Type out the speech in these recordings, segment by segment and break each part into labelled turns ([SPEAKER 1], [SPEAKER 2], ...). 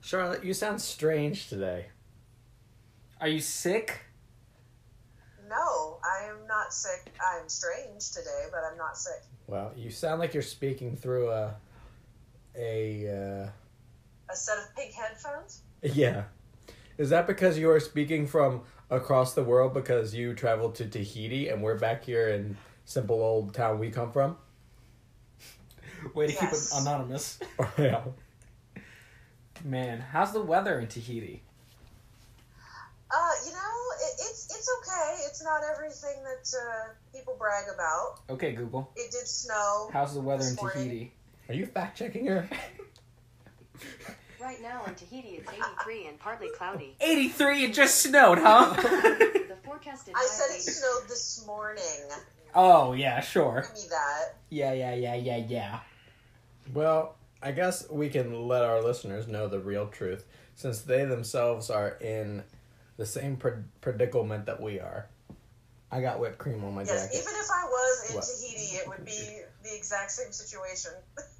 [SPEAKER 1] Charlotte, you sound strange today.
[SPEAKER 2] Are you sick?
[SPEAKER 3] No, I am not sick. I'm strange today, but I'm not sick.
[SPEAKER 1] Well, you sound like you're speaking through a a
[SPEAKER 3] A set of pig headphones?
[SPEAKER 1] uh, yeah. Is that because you are speaking from across the world because you traveled to Tahiti and we're back here in simple old town we come from?
[SPEAKER 2] Way to keep it
[SPEAKER 3] Yes.
[SPEAKER 2] anonymous.
[SPEAKER 1] Oh, yeah.
[SPEAKER 2] Man, how's the weather in Tahiti?
[SPEAKER 3] Uh, you know, it, it's it's okay. It's not everything that uh, people brag about.
[SPEAKER 2] Okay, Google.
[SPEAKER 3] It did snow.
[SPEAKER 2] How's the weather in
[SPEAKER 3] This morning.
[SPEAKER 2] Tahiti?
[SPEAKER 1] Are you fact checking her?
[SPEAKER 4] Right now in Tahiti it's 83 and partly cloudy.
[SPEAKER 2] 83, it just snowed, huh?
[SPEAKER 4] The forecasted
[SPEAKER 3] I
[SPEAKER 4] high
[SPEAKER 3] said it
[SPEAKER 4] rate-
[SPEAKER 3] snowed this morning.
[SPEAKER 2] oh, yeah, sure.
[SPEAKER 3] Give me that.
[SPEAKER 2] Yeah, yeah, yeah, yeah, yeah.
[SPEAKER 1] Well, I guess we can let our listeners know the real truth since they themselves are in the same pred- predicament that we are. I got whipped cream on my
[SPEAKER 3] Yes,
[SPEAKER 1] jacket.
[SPEAKER 3] even if I was in
[SPEAKER 1] What?
[SPEAKER 3] Tahiti, it would be the exact same situation.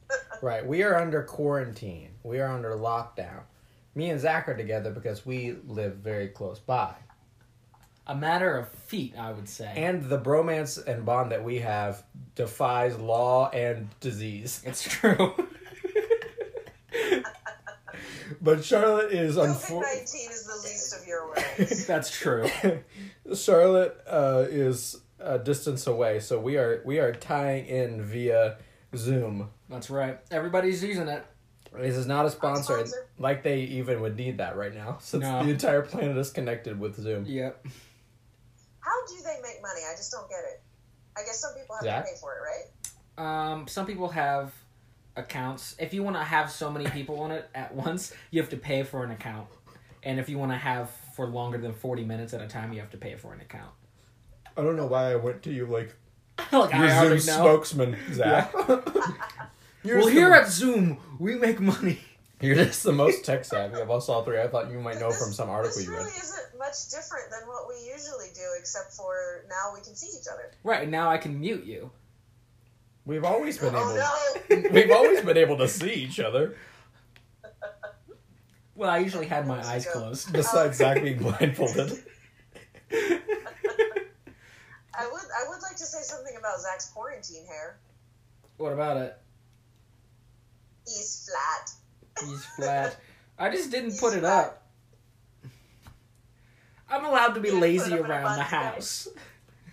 [SPEAKER 1] Right, we are under quarantine. We are under lockdown. Me and Zach are together because we live very close by.
[SPEAKER 2] A matter of feet, I would say.
[SPEAKER 1] And the bromance and bond that we have defies law and disease.
[SPEAKER 2] it's true.
[SPEAKER 1] But Charlotte is
[SPEAKER 3] COVID
[SPEAKER 1] unfortunately.
[SPEAKER 3] nineteen is the least of your worries.
[SPEAKER 2] That's true.
[SPEAKER 1] Charlotte uh, is a distance away, so we are we are tying in via Zoom.
[SPEAKER 2] That's right. Everybody's using it.
[SPEAKER 1] This is not a sponsor,
[SPEAKER 3] Sponsor.
[SPEAKER 1] like they even would need that right now, since
[SPEAKER 2] No.
[SPEAKER 1] the entire planet is connected with Zoom.
[SPEAKER 2] Yep.
[SPEAKER 3] How do they make money? I just don't get it. I guess some people have
[SPEAKER 1] Zach?
[SPEAKER 3] to pay for it, right?
[SPEAKER 2] Um, some people have accounts. If you want to have so many people on it at once, you have to pay for an account. And if you want to have for longer than 40 minutes at a time, you have to pay for an account.
[SPEAKER 1] I don't know why I went to you like
[SPEAKER 2] like, I
[SPEAKER 1] your Zoom
[SPEAKER 2] already know.
[SPEAKER 1] spokesman, Zach. you're,
[SPEAKER 2] Well,
[SPEAKER 1] just
[SPEAKER 2] here
[SPEAKER 1] the,
[SPEAKER 2] at Zoom, we make money.
[SPEAKER 1] you're just the most tech savvy of us all three. I thought you might know
[SPEAKER 3] This-
[SPEAKER 1] from some article
[SPEAKER 3] This
[SPEAKER 1] you
[SPEAKER 3] really
[SPEAKER 1] read.
[SPEAKER 3] isn't much different than what we usually do, except for now we can see each other.
[SPEAKER 2] Right, and now I can mute you.
[SPEAKER 1] We've always been able.
[SPEAKER 3] Oh no!
[SPEAKER 1] We've always been able to see each other.
[SPEAKER 2] Well, I usually had my eyes closed.
[SPEAKER 1] Besides
[SPEAKER 3] Oh.
[SPEAKER 1] Zach being blindfolded.
[SPEAKER 3] I would I would like to say something about Zach's quarantine hair.
[SPEAKER 2] What about it?
[SPEAKER 3] He's flat.
[SPEAKER 2] He's flat. I just didn't put it up. I'm allowed to be
[SPEAKER 3] You didn't put it
[SPEAKER 2] lazy
[SPEAKER 3] up in a
[SPEAKER 2] around the
[SPEAKER 3] bunch, right?
[SPEAKER 2] house.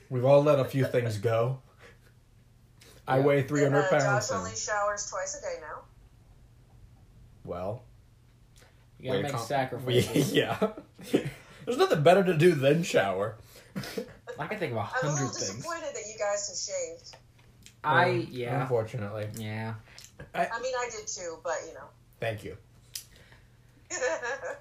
[SPEAKER 1] We've all let a few things go. I
[SPEAKER 2] Yeah.
[SPEAKER 1] weigh 300
[SPEAKER 3] And, uh,
[SPEAKER 1] pounds.
[SPEAKER 3] Josh
[SPEAKER 1] now.
[SPEAKER 3] only showers twice a day now.
[SPEAKER 1] Well,
[SPEAKER 2] You gotta
[SPEAKER 1] we
[SPEAKER 2] make
[SPEAKER 1] accom-
[SPEAKER 2] sacrifices.
[SPEAKER 1] we- yeah. There's nothing better to do than shower.
[SPEAKER 2] I can think of a
[SPEAKER 3] I'm a little
[SPEAKER 2] hundred things.
[SPEAKER 3] disappointed that you guys have shaved.
[SPEAKER 2] I
[SPEAKER 1] Um,
[SPEAKER 2] yeah
[SPEAKER 1] Unfortunately.
[SPEAKER 2] yeah.
[SPEAKER 3] I mean, I did too, but you know.
[SPEAKER 1] Thank you.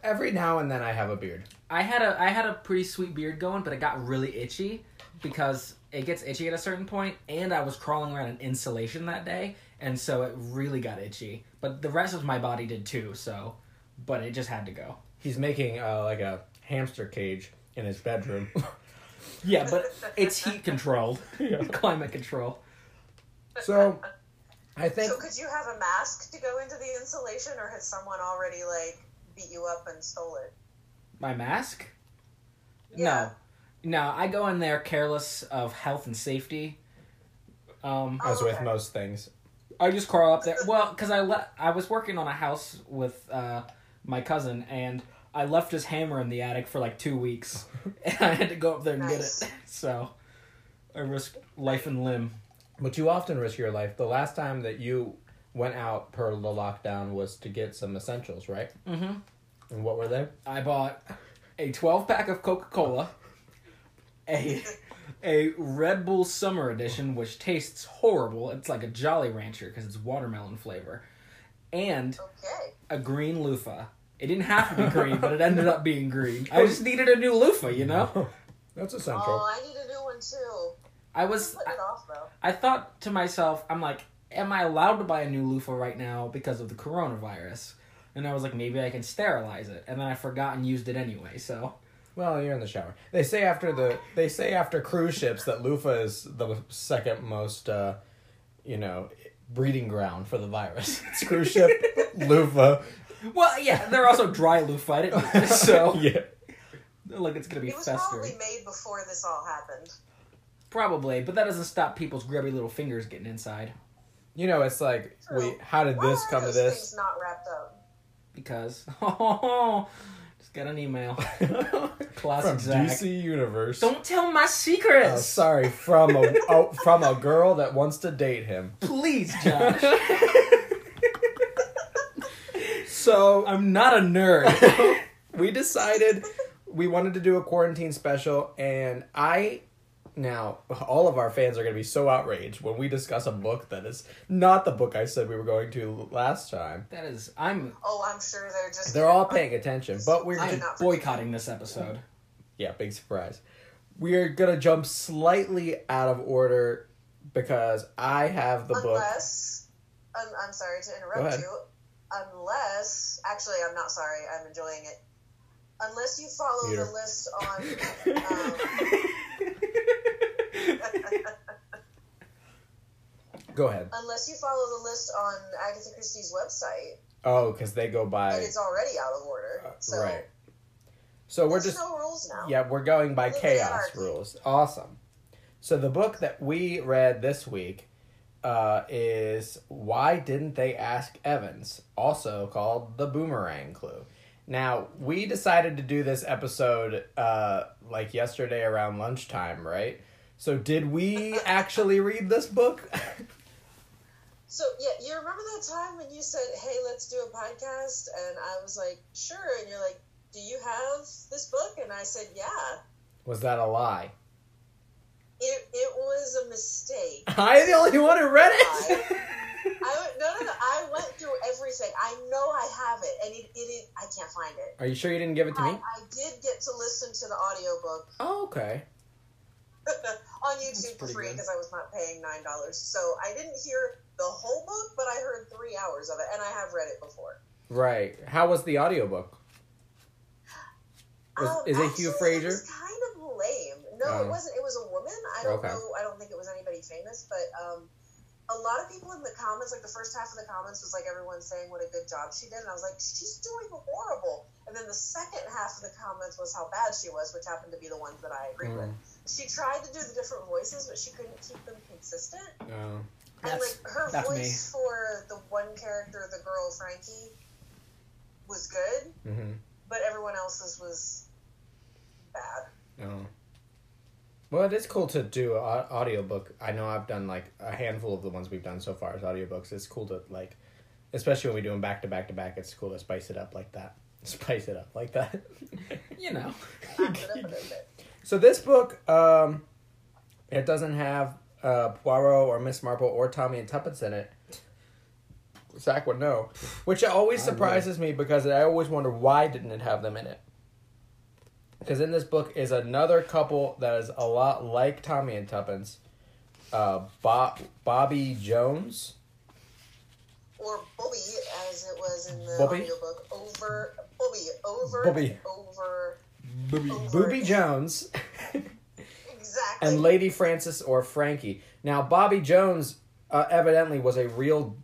[SPEAKER 1] Every now and then I have a beard.
[SPEAKER 2] I had a I had a pretty sweet beard going, but it got really itchy because it gets itchy at a certain point, and I was crawling around in insulation that day, and so it really got itchy. But the rest of my body did too, so but it just had to go.
[SPEAKER 1] He's making uh, like a hamster cage in his bedroom.
[SPEAKER 2] Yeah, but it's heat controlled,
[SPEAKER 1] Yeah.
[SPEAKER 2] climate control.
[SPEAKER 1] so, I think
[SPEAKER 3] so could you have a mask to go into the insulation, or has someone already like beat you up and stole it?
[SPEAKER 2] My mask?
[SPEAKER 3] Yeah.
[SPEAKER 2] No. No, I go in there careless of health and safety. Um,
[SPEAKER 1] as with
[SPEAKER 3] okay.
[SPEAKER 1] most things,
[SPEAKER 2] I just crawl up there. Well, because I le- I was working on a house with uh, my cousin, and I left his hammer in the attic for like two weeks, and I had to go up there and
[SPEAKER 3] Nice.
[SPEAKER 2] get it. So I risked life and limb.
[SPEAKER 1] but you often risk your life. The last time that you went out per the lockdown was to get some essentials, right?
[SPEAKER 2] Mm-hmm.
[SPEAKER 1] And what were they?
[SPEAKER 2] I bought a twelve pack of Coca Cola, a a Red Bull Summer Edition, which tastes horrible. It's like a Jolly Rancher because it's watermelon flavor, and
[SPEAKER 3] Okay.
[SPEAKER 2] a green loofah. It didn't have to be green, but it ended up being green. I just needed a new loofah, you know.
[SPEAKER 1] That's essential.
[SPEAKER 3] Oh, I need a new one too.
[SPEAKER 2] I
[SPEAKER 3] I'm
[SPEAKER 2] was
[SPEAKER 3] putting it off though.
[SPEAKER 2] I thought to myself, I'm like, am I allowed to buy a new loofah right now because of the coronavirus? And I was like, maybe I can sterilize it. And then I forgot and used it anyway. So
[SPEAKER 1] Well, you're in the shower. They say after the they say after cruise ships that loofah is the second most uh, you know breeding ground for the virus. It's cruise ship, loofah,
[SPEAKER 2] Well, yeah, they're also dry loofited, so
[SPEAKER 1] yeah.
[SPEAKER 2] like it's gonna be
[SPEAKER 3] It was
[SPEAKER 2] festering.
[SPEAKER 3] probably made before this all happened.
[SPEAKER 2] Probably, but that doesn't stop people's grubby little fingers getting inside
[SPEAKER 1] You know, it's like, wait, how did
[SPEAKER 3] Why
[SPEAKER 1] this
[SPEAKER 3] are
[SPEAKER 1] come to
[SPEAKER 3] those
[SPEAKER 1] this?
[SPEAKER 3] Things not wrapped up.
[SPEAKER 2] because oh, just got an email. Classic
[SPEAKER 1] from
[SPEAKER 2] Zach.
[SPEAKER 1] DC Universe.
[SPEAKER 2] Don't tell my
[SPEAKER 1] Oh,
[SPEAKER 2] secrets,
[SPEAKER 1] sorry, from a oh, from a girl that wants to date him.
[SPEAKER 2] please, Josh.
[SPEAKER 1] So
[SPEAKER 2] I'm not a nerd.
[SPEAKER 1] we decided we wanted to do a quarantine special, and I now all of our fans are going to be so outraged when we discuss a book that is not the book I said we were going to last time.
[SPEAKER 2] That is, I'm
[SPEAKER 3] Oh, I'm sure they're just.
[SPEAKER 1] They're all paying attention, but we're
[SPEAKER 2] I'm
[SPEAKER 3] did not forget.
[SPEAKER 2] boycotting this episode.
[SPEAKER 1] Yeah, big surprise. We are gonna jump slightly out of order because I have the book.
[SPEAKER 3] Unless, um, I'm sorry to interrupt
[SPEAKER 1] ahead.
[SPEAKER 3] you. Unless, actually, I'm not sorry. I'm enjoying it. Unless you follow
[SPEAKER 1] Peter.
[SPEAKER 3] the list on. Um,
[SPEAKER 1] Go ahead.
[SPEAKER 3] unless you follow the list on Agatha Christie's website,
[SPEAKER 1] Oh, because they go
[SPEAKER 3] and
[SPEAKER 1] by
[SPEAKER 3] it's already out of order. So
[SPEAKER 1] Uh, right. So we're
[SPEAKER 3] there's
[SPEAKER 1] just
[SPEAKER 3] no rules now.
[SPEAKER 1] yeah we're going by
[SPEAKER 3] Little
[SPEAKER 1] chaos
[SPEAKER 3] anarchy.
[SPEAKER 1] rules. Awesome. So the book that we read this week uh, is why didn't they ask Evans? Also called the Boomerang Clue. Now we decided to do this episode uh, like yesterday around lunchtime, right? So did we actually read this book?
[SPEAKER 3] So yeah, you remember that time when you said, "Hey, let's do a podcast," and I was like, "Sure," and you're like, "Do you have this book?" And I said, "Yeah."
[SPEAKER 1] Was that a lie?
[SPEAKER 3] It it was a mistake.
[SPEAKER 1] I'm the only one who read it.
[SPEAKER 3] I, I went- no no no. I went through everything. I know I have it, and it, it, is- I can't find it.
[SPEAKER 1] Are you sure you didn't give it to
[SPEAKER 3] I,
[SPEAKER 1] me?
[SPEAKER 3] I did get to listen to the audiobook
[SPEAKER 1] Oh, okay.
[SPEAKER 3] on YouTube for
[SPEAKER 2] pretty
[SPEAKER 3] free
[SPEAKER 2] good.
[SPEAKER 3] because I was not paying nine dollars. So I didn't hear the whole book, but I heard three hours of it, and I have read it before.
[SPEAKER 1] Right. How was the audiobook? Was- is it Hugh
[SPEAKER 3] Oh, actually,
[SPEAKER 1] Frazier?
[SPEAKER 3] It was kind of lame. No,
[SPEAKER 1] Oh.
[SPEAKER 3] it wasn't. It was a woman. I don't
[SPEAKER 1] Okay.
[SPEAKER 3] know. I don't think it was anybody famous, but um, a lot of people in the comments, like the first half of the comments, was like everyone saying what a good job she did, and I was like, she's doing horrible. And then the second half of the comments was how bad she was, which happened to be the ones that I agreed
[SPEAKER 1] Mm.
[SPEAKER 3] with. She tried to do the different voices, but she couldn't keep them consistent.
[SPEAKER 1] No.
[SPEAKER 3] and
[SPEAKER 2] That's
[SPEAKER 3] like her
[SPEAKER 2] that's me.
[SPEAKER 3] voice for the one character, the girl Frankie, was good,
[SPEAKER 1] Mm-hmm.
[SPEAKER 3] but everyone else's was bad.
[SPEAKER 1] No. Well, it is cool to do an audiobook. I know I've done like a handful of the ones we've done so far as audiobooks. It's cool to like, especially when we do them back to back to back. It's cool to spice it up like that. Spice it up like that.
[SPEAKER 2] you know,
[SPEAKER 3] Backed it up a little bit.
[SPEAKER 1] so this book, um, it doesn't have uh, Poirot or Miss Marple or Tommy and Tuppence in it. Zach would know, which always
[SPEAKER 2] I would.
[SPEAKER 1] surprises me because I always wonder why didn't it have them in it. Because in this book is another couple that is a lot like Tommy and Tuppence, uh, Bo- Bobby Jones.
[SPEAKER 3] Or Bobby, as it was in the
[SPEAKER 1] Bobby?
[SPEAKER 3] audiobook, over Bobby, over,
[SPEAKER 1] Bobby.
[SPEAKER 3] over,
[SPEAKER 2] booby.
[SPEAKER 1] Booby Jones
[SPEAKER 3] exactly.
[SPEAKER 1] and Lady Frances or Frankie. Now, Bobby Jones uh, evidently was a real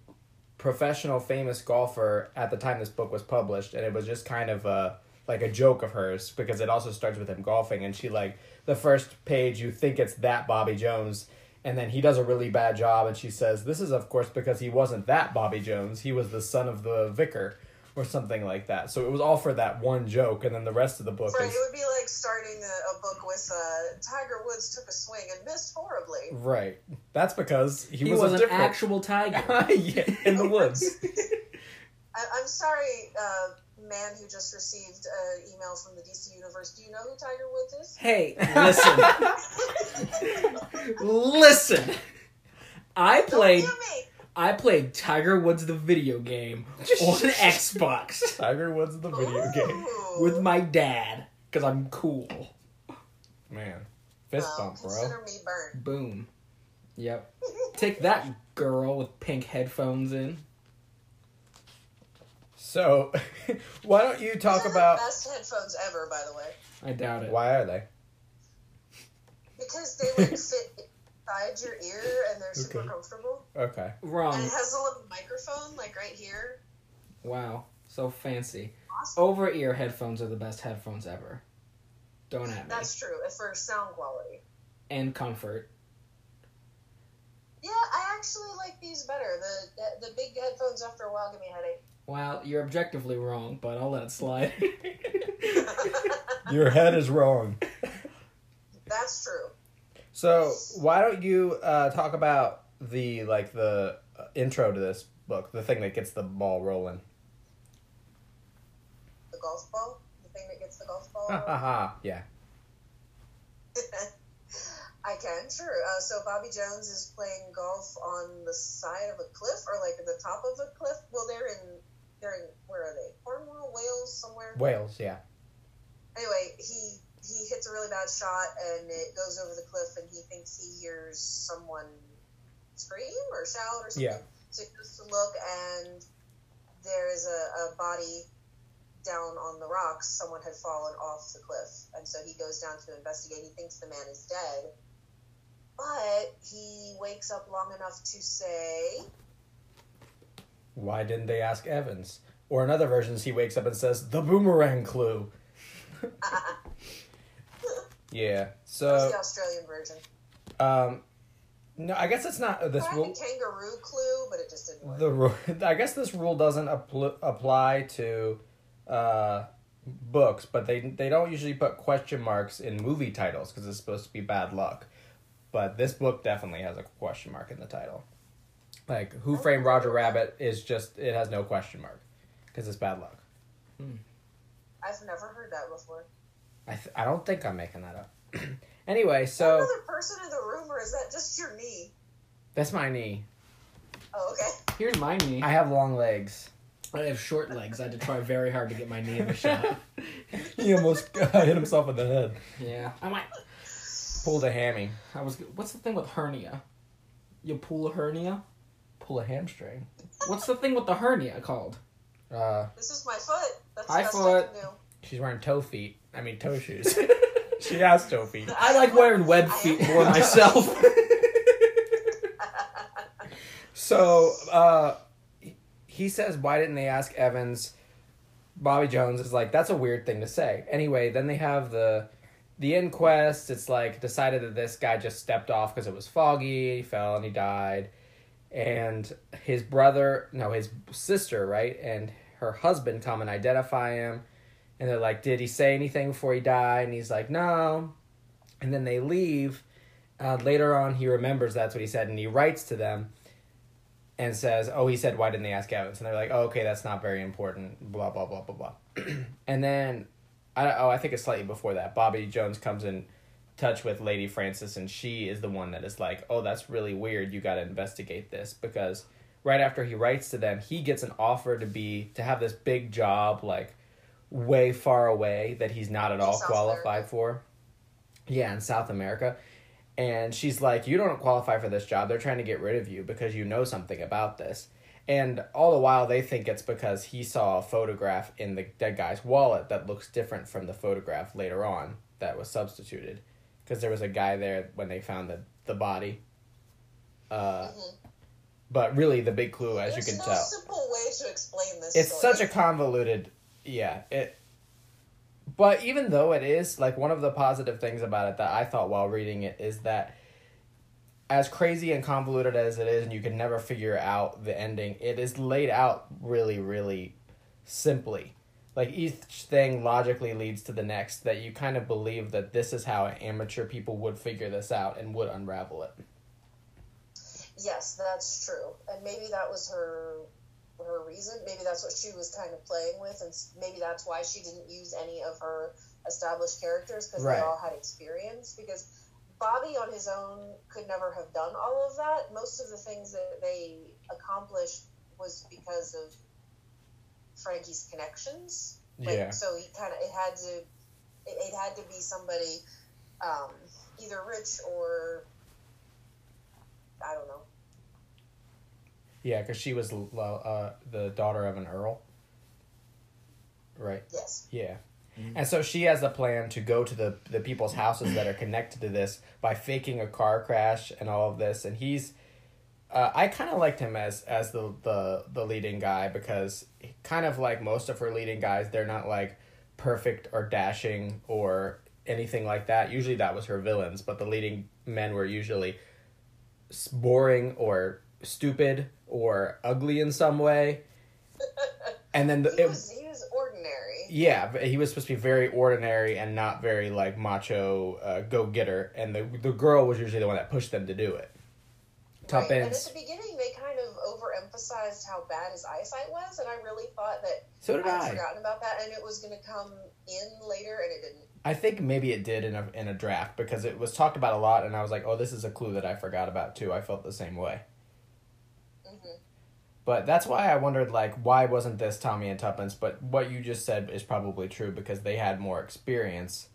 [SPEAKER 1] professional, famous golfer at the time this book was published, and it was just kind of a like a joke of hers because it also starts with him golfing, and she like the first page you think it's that Bobby Jones. And then he does a really bad job, and she says, "This is, of course, because he wasn't that Bobby Jones. He was the son of the vicar, or something like that." So it was all for that one joke, and then the rest of the book
[SPEAKER 3] Right,
[SPEAKER 1] is
[SPEAKER 3] it would be like starting a, a book with uh, Tiger Woods took a swing and missed horribly.
[SPEAKER 1] Right. That's because he,
[SPEAKER 2] He
[SPEAKER 1] was,
[SPEAKER 2] was
[SPEAKER 1] a
[SPEAKER 2] an
[SPEAKER 1] different.
[SPEAKER 2] actual tiger.
[SPEAKER 1] yeah, in the woods.
[SPEAKER 3] I, I'm sorry, uh, man who just received an email from the DC Universe. Do you know who Tiger Woods is?
[SPEAKER 2] Hey, listen, listen. I played
[SPEAKER 3] Don't do me.
[SPEAKER 2] I played Tiger Woods the video game on Xbox
[SPEAKER 1] Tiger Woods the video game.
[SPEAKER 3] Ooh.
[SPEAKER 2] with my dad because I'm cool.
[SPEAKER 1] Man, fist
[SPEAKER 3] Well,
[SPEAKER 1] bump, bro.
[SPEAKER 3] Consider me burned.
[SPEAKER 2] Boom. Yep. Take that girl with pink headphones in.
[SPEAKER 1] So, why don't you talk
[SPEAKER 3] These are
[SPEAKER 1] about
[SPEAKER 3] the best headphones ever, by the way,
[SPEAKER 2] I doubt it.
[SPEAKER 1] why are they?
[SPEAKER 3] because they like fit inside your ear and they're super
[SPEAKER 1] Okay.
[SPEAKER 3] comfortable.
[SPEAKER 2] Um,
[SPEAKER 1] Okay.
[SPEAKER 3] And
[SPEAKER 2] Wrong.
[SPEAKER 3] it has a little microphone, like right here.
[SPEAKER 2] Wow. So fancy.
[SPEAKER 3] Awesome.
[SPEAKER 2] Over ear headphones are the best headphones ever. Don't at me.
[SPEAKER 3] That's true as for sound quality.
[SPEAKER 2] And comfort.
[SPEAKER 3] Yeah, I actually like these better. The the, the big headphones after a while give me a headache.
[SPEAKER 2] Well, you're objectively wrong, but I'll let it slide.
[SPEAKER 1] Your head is wrong.
[SPEAKER 3] That's true.
[SPEAKER 1] So why don't you uh, talk about the like the uh, intro to this book, the thing that gets the ball rolling?
[SPEAKER 3] The golf ball, the thing that gets the golf ball.
[SPEAKER 1] Ha ha ha! Yeah.
[SPEAKER 3] I can, sure. Uh, so Bobby Jones is playing golf on the side of a cliff, or like at the top of a cliff. Well, they're in, they're in. Where are they? Cornwall, Wales, somewhere.
[SPEAKER 1] Wales. Yeah.
[SPEAKER 3] Anyway, he he hits a really bad shot, and it goes over the cliff, and he thinks he hears someone scream or shout or something.
[SPEAKER 1] Yeah.
[SPEAKER 3] So he goes to look, and there is a, a body down on the rocks. Someone had fallen off the cliff. And so he goes down to investigate. He thinks the man is dead. But he wakes up long enough to say,
[SPEAKER 1] Why didn't they ask Evans? Or in other versions, he wakes up and says the boomerang clue. yeah.
[SPEAKER 3] "It's
[SPEAKER 1] So
[SPEAKER 3] the Australian version.
[SPEAKER 1] um, no, I guess it's not this
[SPEAKER 3] Tried
[SPEAKER 1] rule.
[SPEAKER 3] the kangaroo clue, but it just didn't work.
[SPEAKER 1] The rule. I guess this rule doesn't appl- apply to uh, books, but they they don't usually put question marks in movie titles because it's supposed to be bad luck. But this book definitely has a question mark in the title. Like Who Framed Roger Rabbit is just it has no question mark because it's bad luck.
[SPEAKER 3] I've never heard that before.
[SPEAKER 1] I th- I don't think I'm making that up. anyway, so
[SPEAKER 3] Another person in the room, or is that just your knee?
[SPEAKER 1] that's my knee.
[SPEAKER 3] Oh, okay.
[SPEAKER 2] Here's my knee.
[SPEAKER 1] I have long legs.
[SPEAKER 2] I have short legs. I had to try very hard to get my knee in the shot.
[SPEAKER 1] He almost hit himself in the head.
[SPEAKER 2] yeah. I might.
[SPEAKER 1] Pulled a hammy.
[SPEAKER 2] I was. What's the thing with hernia? You pull a hernia.
[SPEAKER 1] Pull a hamstring.
[SPEAKER 2] What's the thing with the hernia called?
[SPEAKER 1] Uh.
[SPEAKER 3] This is my foot. That's
[SPEAKER 2] Hi,
[SPEAKER 3] the best I
[SPEAKER 2] foot.
[SPEAKER 3] can do.
[SPEAKER 1] She's wearing toe feet. I mean toe shoes. she has toe feet.
[SPEAKER 2] I like wearing web feet more myself.
[SPEAKER 1] So uh, he says, "Why didn't they ask Evans?" Bobby Jones is like, "That's a weird thing to say." Anyway, then they have the the inquest. It's like decided that this guy just stepped off because it was foggy. He fell and he died. And his brother, no, his sister, right, and her husband come and identify him. And they're like, "Did he say anything before he died?" And he's like, "No." And then they leave. Uh, later on, he remembers that's what he said, and he writes to them and says, "Oh, he said why didn't they ask Evans?" And they're like, "Oh, okay, that's not very important." Blah blah blah blah blah. and then, I oh, I think it's slightly before that. Bobby Jones comes in touch with Lady Frances, and she is the one that is like, "Oh, that's really weird. You got to investigate this because." Right after he writes to them, he gets an offer to be to have this big job like way far away that he's not at all
[SPEAKER 3] South
[SPEAKER 1] qualified for. Yeah, in South America. And she's like, You don't qualify for this job. They're trying to get rid of you because you know something about this. And all the while, they think it's because he saw a photograph in the dead guy's wallet that looks different from the photograph later on that was substituted. Because there was a guy there when they found the, the body. Uh, But really, the big clue, as
[SPEAKER 3] Mm-hmm. There's
[SPEAKER 1] you can
[SPEAKER 3] no
[SPEAKER 1] tell
[SPEAKER 3] simple way to explain this.
[SPEAKER 1] it's
[SPEAKER 3] story.
[SPEAKER 1] such a convoluted yeah it but even though it is like one of the positive things about it that i thought while reading it is that as crazy and convoluted as it is and you can never figure out the ending it is laid out really really simply like each thing logically leads to the next that you kind of believe that this is how amateur people would figure this out and would unravel it
[SPEAKER 3] Yes, that's true, and maybe that was her her reason. Maybe that's what she was kind of playing with, and s- maybe that's why she didn't use any of her established characters because
[SPEAKER 1] Right.
[SPEAKER 3] they all had experience. Because Bobby on his own could never have done all of that. Most of the things that they accomplished was because of Frankie's connections. Like,
[SPEAKER 1] Yeah.
[SPEAKER 3] So he kind of it had to it, it had to be somebody um, either rich or I don't know.
[SPEAKER 1] yeah because she was lo- uh, the daughter of an earl right
[SPEAKER 3] Yes.
[SPEAKER 1] Yeah. And so she has a plan to go to the, the people's houses that are connected to this by faking a car crash and all of this. And he's uh, I kind of liked him as as the, the the leading guy because he- kind of like most of her leading guys, they're not like perfect or dashing or anything like that. Usually that was her villains, but the leading men were usually s- boring or stupid or ugly in some way. And then the,
[SPEAKER 3] He
[SPEAKER 1] it,
[SPEAKER 3] was he was ordinary.
[SPEAKER 1] yeah, but he was supposed to be very ordinary and not very like macho uh, go getter, and the the girl was usually the one that pushed them to do it.
[SPEAKER 3] Right. And
[SPEAKER 1] Tuppence.
[SPEAKER 3] at the beginning, they kind of overemphasized how bad his eyesight was, and I really thought that
[SPEAKER 1] So did
[SPEAKER 3] I
[SPEAKER 1] I.
[SPEAKER 3] had forgotten about that, and it was going to come in later, and it didn't.
[SPEAKER 1] I think maybe it did in a in a draft because it was talked about a lot, and I was like, oh, this is a clue that I forgot about too. I felt the same way.
[SPEAKER 3] Mhm.
[SPEAKER 1] But that's why I wondered, like, why wasn't this Tommy and Tuppence? But what you just said is probably true because they had more experience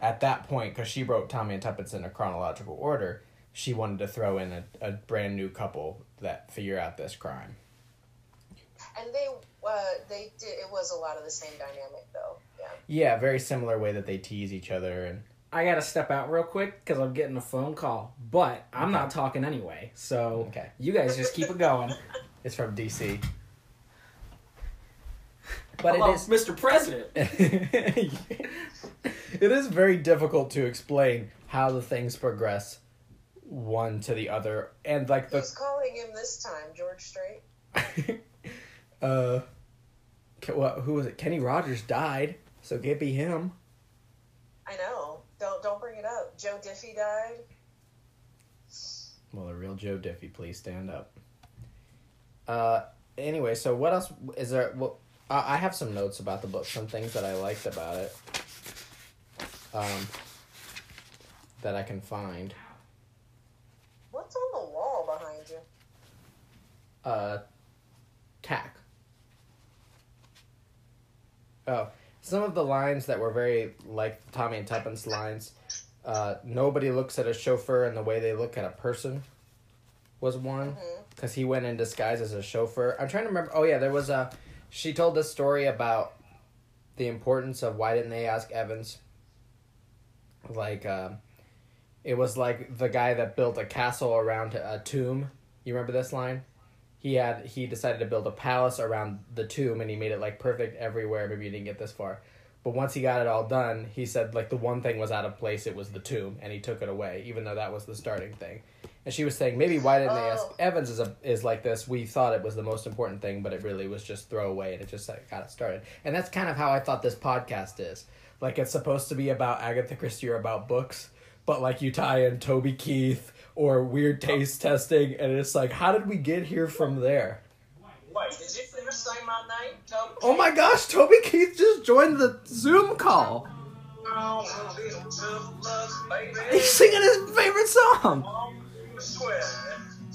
[SPEAKER 1] at that point because she wrote Tommy and Tuppence in a chronological order. She wanted to throw in a, a brand new couple that figure out this crime.
[SPEAKER 3] And they uh, they did. It was a lot of the same dynamic, though. Yeah.
[SPEAKER 1] Yeah, very similar way that they tease each other and
[SPEAKER 2] I gotta step out real quick because I'm getting a phone call, but I'm not talking anyway. So
[SPEAKER 1] Okay.
[SPEAKER 2] you guys just keep it going.
[SPEAKER 1] it's from DC. But
[SPEAKER 2] Hello,
[SPEAKER 1] it is
[SPEAKER 2] Mr. President.
[SPEAKER 1] it is very difficult to explain how the things progress one to the other and like the
[SPEAKER 3] Who's calling him this time, George Strait?
[SPEAKER 1] uh Ke- what, who was it kenny rogers died so it be him
[SPEAKER 3] I know. Don't don't bring it up. Joe Diffie died.
[SPEAKER 1] well the real joe diffie please stand up uh anyway so what else is there well i I have some notes about the book some things that i liked about it um that i can find
[SPEAKER 3] What's on the wall behind you?
[SPEAKER 1] uh, tack. Oh, some of the lines that were very like Tommy and Tuppence lines. Uh, nobody looks at a chauffeur in the way they look at a person. Was one because he went in disguise as a chauffeur. I'm trying to remember. Oh yeah, there was a. She told this story about the importance of why didn't they ask Evans. Like, um, it was like the guy that built a castle around a tomb. You remember this line? he had he decided to build a palace around the tomb and he made it like perfect everywhere maybe you didn't get this far but once he got it all done he said like the one thing was out of place it was the tomb and he took it away even though that was the starting thing and she was saying maybe why didn't they ask
[SPEAKER 3] Oh.
[SPEAKER 1] evans is a is like this we thought it was the most important thing but it really was just throwaway and it just like, got it started and that's kind of how i thought this podcast is like it's supposed to be about agatha christie or about books but like you tie in Toby Keith or weird taste testing, and it's like, how did we get here from there?
[SPEAKER 5] Wait, is it the same my name? Tell
[SPEAKER 1] Oh my gosh, Toby Keith just joined the Zoom call.
[SPEAKER 5] all a little tough love, baby.
[SPEAKER 1] He's singing his favorite song.
[SPEAKER 5] Long sweat.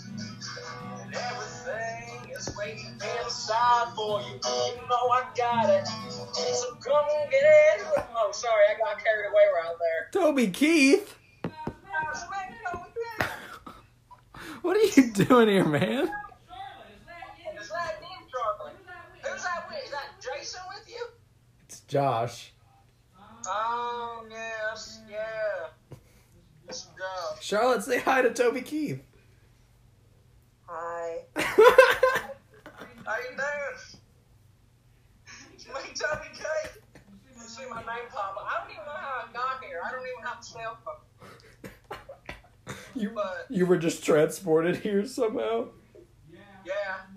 [SPEAKER 5] And everything is waiting inside for you. You know I got it. So come get it. Oh, sorry, I got carried away right there.
[SPEAKER 1] Toby Keith, what are you doing here, man?
[SPEAKER 5] Is that you, Charlie? Who's that with? Is that Jason with you?
[SPEAKER 1] It's Josh.
[SPEAKER 5] Oh, yes, yeah. It's Josh.
[SPEAKER 1] Charlotte, say hi to Toby Keith.
[SPEAKER 3] Hi.
[SPEAKER 5] How you doing? My Tommy Cake. You see my name pop up. I don't even know how I got here. I don't even have to spell it.
[SPEAKER 1] you,
[SPEAKER 5] But
[SPEAKER 1] you were just transported here somehow.
[SPEAKER 5] yeah,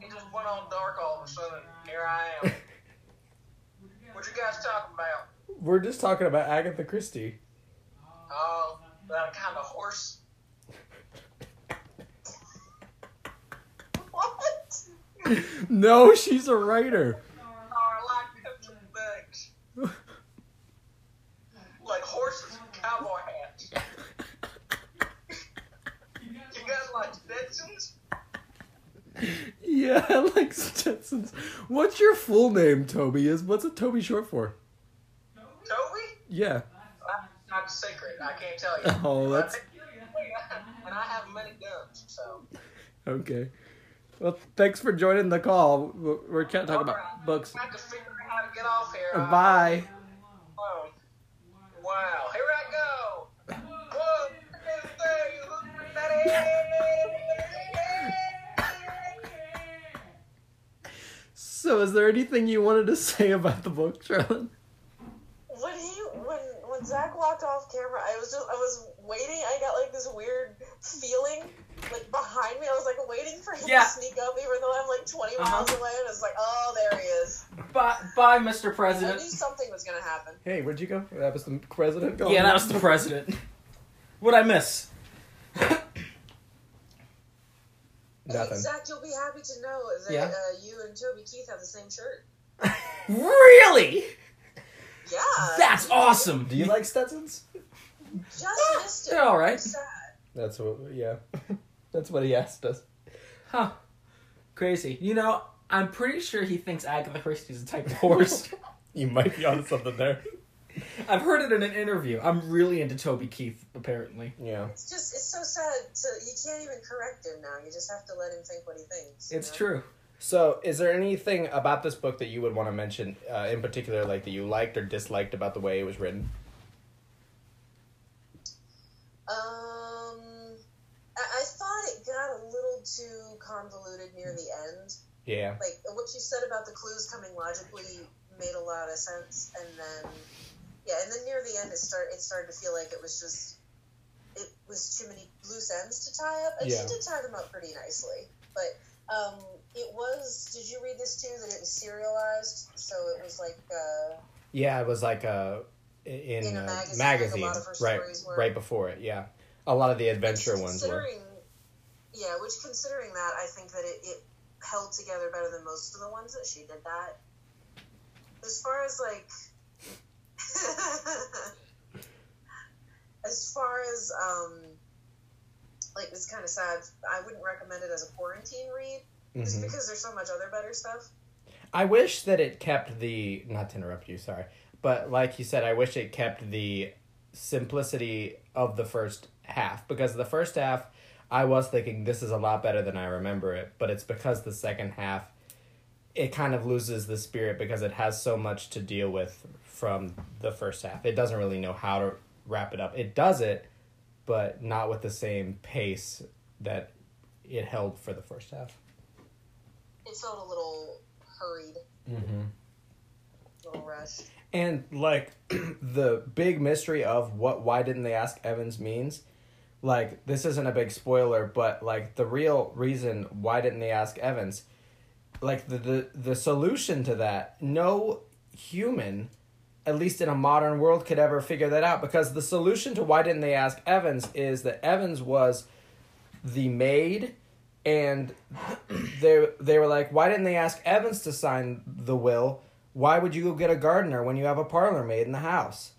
[SPEAKER 5] it just went all dark all of a sudden. Here I am. What you guys talking about?
[SPEAKER 1] We're just talking about Agatha Christie.
[SPEAKER 5] Oh, that kind of horse.
[SPEAKER 3] What?
[SPEAKER 1] No, she's a writer.
[SPEAKER 5] Oh, I like them things. Like horses and cowboy hats. You guys like Stetsons?
[SPEAKER 1] Yeah, I like Stetsons. What's your full name, Toby? Is what's a Toby short for?
[SPEAKER 5] Toby?
[SPEAKER 1] Yeah.
[SPEAKER 5] That's not a secret. I can't tell you.
[SPEAKER 1] Oh, that's
[SPEAKER 5] and I have many guns, so.
[SPEAKER 1] okay. Well, thanks for joining the call. We're we're talking about books.
[SPEAKER 5] I have to figure out how to get off here. Uh,
[SPEAKER 1] Bye.
[SPEAKER 5] um, wow, here I go. Whoa, there you-
[SPEAKER 1] So, is there anything you wanted to say about the book, Charlotte?
[SPEAKER 3] when he when when Zach walked off camera, I was just I was waiting. I got like this weird feeling like behind me. I was like waiting for him
[SPEAKER 2] Yeah.
[SPEAKER 3] to sneak up, even though I'm like 20
[SPEAKER 2] Uh-huh.
[SPEAKER 3] miles away, and it's like, oh, there he is.
[SPEAKER 2] Bye, bye, Mr.
[SPEAKER 3] I
[SPEAKER 2] President.
[SPEAKER 3] knew something was gonna happen.
[SPEAKER 1] Hey, where'd you go? That was the president. Going
[SPEAKER 2] Yeah, that was the president. What'd I miss?
[SPEAKER 1] nothing.
[SPEAKER 3] Hey, Zach, you'll be happy to know that
[SPEAKER 2] Yeah.
[SPEAKER 3] uh, you and Toby Keith have the same shirt.
[SPEAKER 2] Really?
[SPEAKER 3] Yeah,
[SPEAKER 2] That's awesome.
[SPEAKER 1] Do you like Stetsons?
[SPEAKER 3] just missed it.
[SPEAKER 2] They're all right.
[SPEAKER 3] I'm sad.
[SPEAKER 1] That's what. Yeah, that's what he asked us.
[SPEAKER 2] Huh. Crazy. You know, I'm pretty sure he thinks Agatha Christie's a type of horse.
[SPEAKER 1] You might be onto something there.
[SPEAKER 2] I've heard it in an interview. I'm really into Toby Keith, apparently.
[SPEAKER 1] Yeah.
[SPEAKER 3] It's just it's so sad. To you can't even correct him now. You just have to let him think what he thinks. you
[SPEAKER 2] It's
[SPEAKER 3] know?
[SPEAKER 2] true.
[SPEAKER 1] So, is there anything about this book that you would want to mention, uh, in particular, like that you liked or disliked about the way it was written?
[SPEAKER 3] Um, I, I thought it got a little too convoluted near the end.
[SPEAKER 1] Yeah.
[SPEAKER 3] Like what you said about the clues coming logically made a lot of sense, and then yeah, and then near the end it start it started to feel like it was just it was too many loose ends to tie up, and
[SPEAKER 1] Yeah.
[SPEAKER 3] she did tie them up pretty nicely, but. Um, it was. Did you read this too? That it was serialized, so it was like uh,
[SPEAKER 1] Yeah, it was like uh, in,
[SPEAKER 3] In a
[SPEAKER 1] uh,
[SPEAKER 3] magazine,
[SPEAKER 1] magazine,
[SPEAKER 3] like a lot of her
[SPEAKER 1] right?
[SPEAKER 3] stories were.
[SPEAKER 1] Right before it, yeah. A lot of the adventure
[SPEAKER 3] Which
[SPEAKER 1] ones were.
[SPEAKER 3] considering- Yeah, which considering that, I think that it, it held together better than most of the ones that she did that. As far as like. as far as, um, like, it's kind of sad. I wouldn't recommend it as a quarantine read just
[SPEAKER 1] Mhm.
[SPEAKER 3] because there's so much other better stuff.
[SPEAKER 1] I wish that it kept the not to interrupt you, sorry, but like you said, I wish it kept the simplicity of the first half because the first half I was thinking this is a lot better than I remember it, but it's because the second half it kind of loses the spirit because it has so much to deal with from the first half. It doesn't really know how to wrap it up. It does it, but not with the same pace that it held for the first half.
[SPEAKER 3] It felt a little hurried,
[SPEAKER 1] Mm-hmm.
[SPEAKER 3] a little rushed.
[SPEAKER 1] And like the big mystery of what why didn't they ask Evans means, like this isn't a big spoiler, but like the real reason why didn't they ask Evans, like the the, the solution to that, no human at least in a modern world could ever figure that out because the solution to why didn't they ask Evans is that Evans was the maid and they they were like, why didn't they ask Evans to sign the will? Why would you go get a gardener when you have a parlor maid in the house?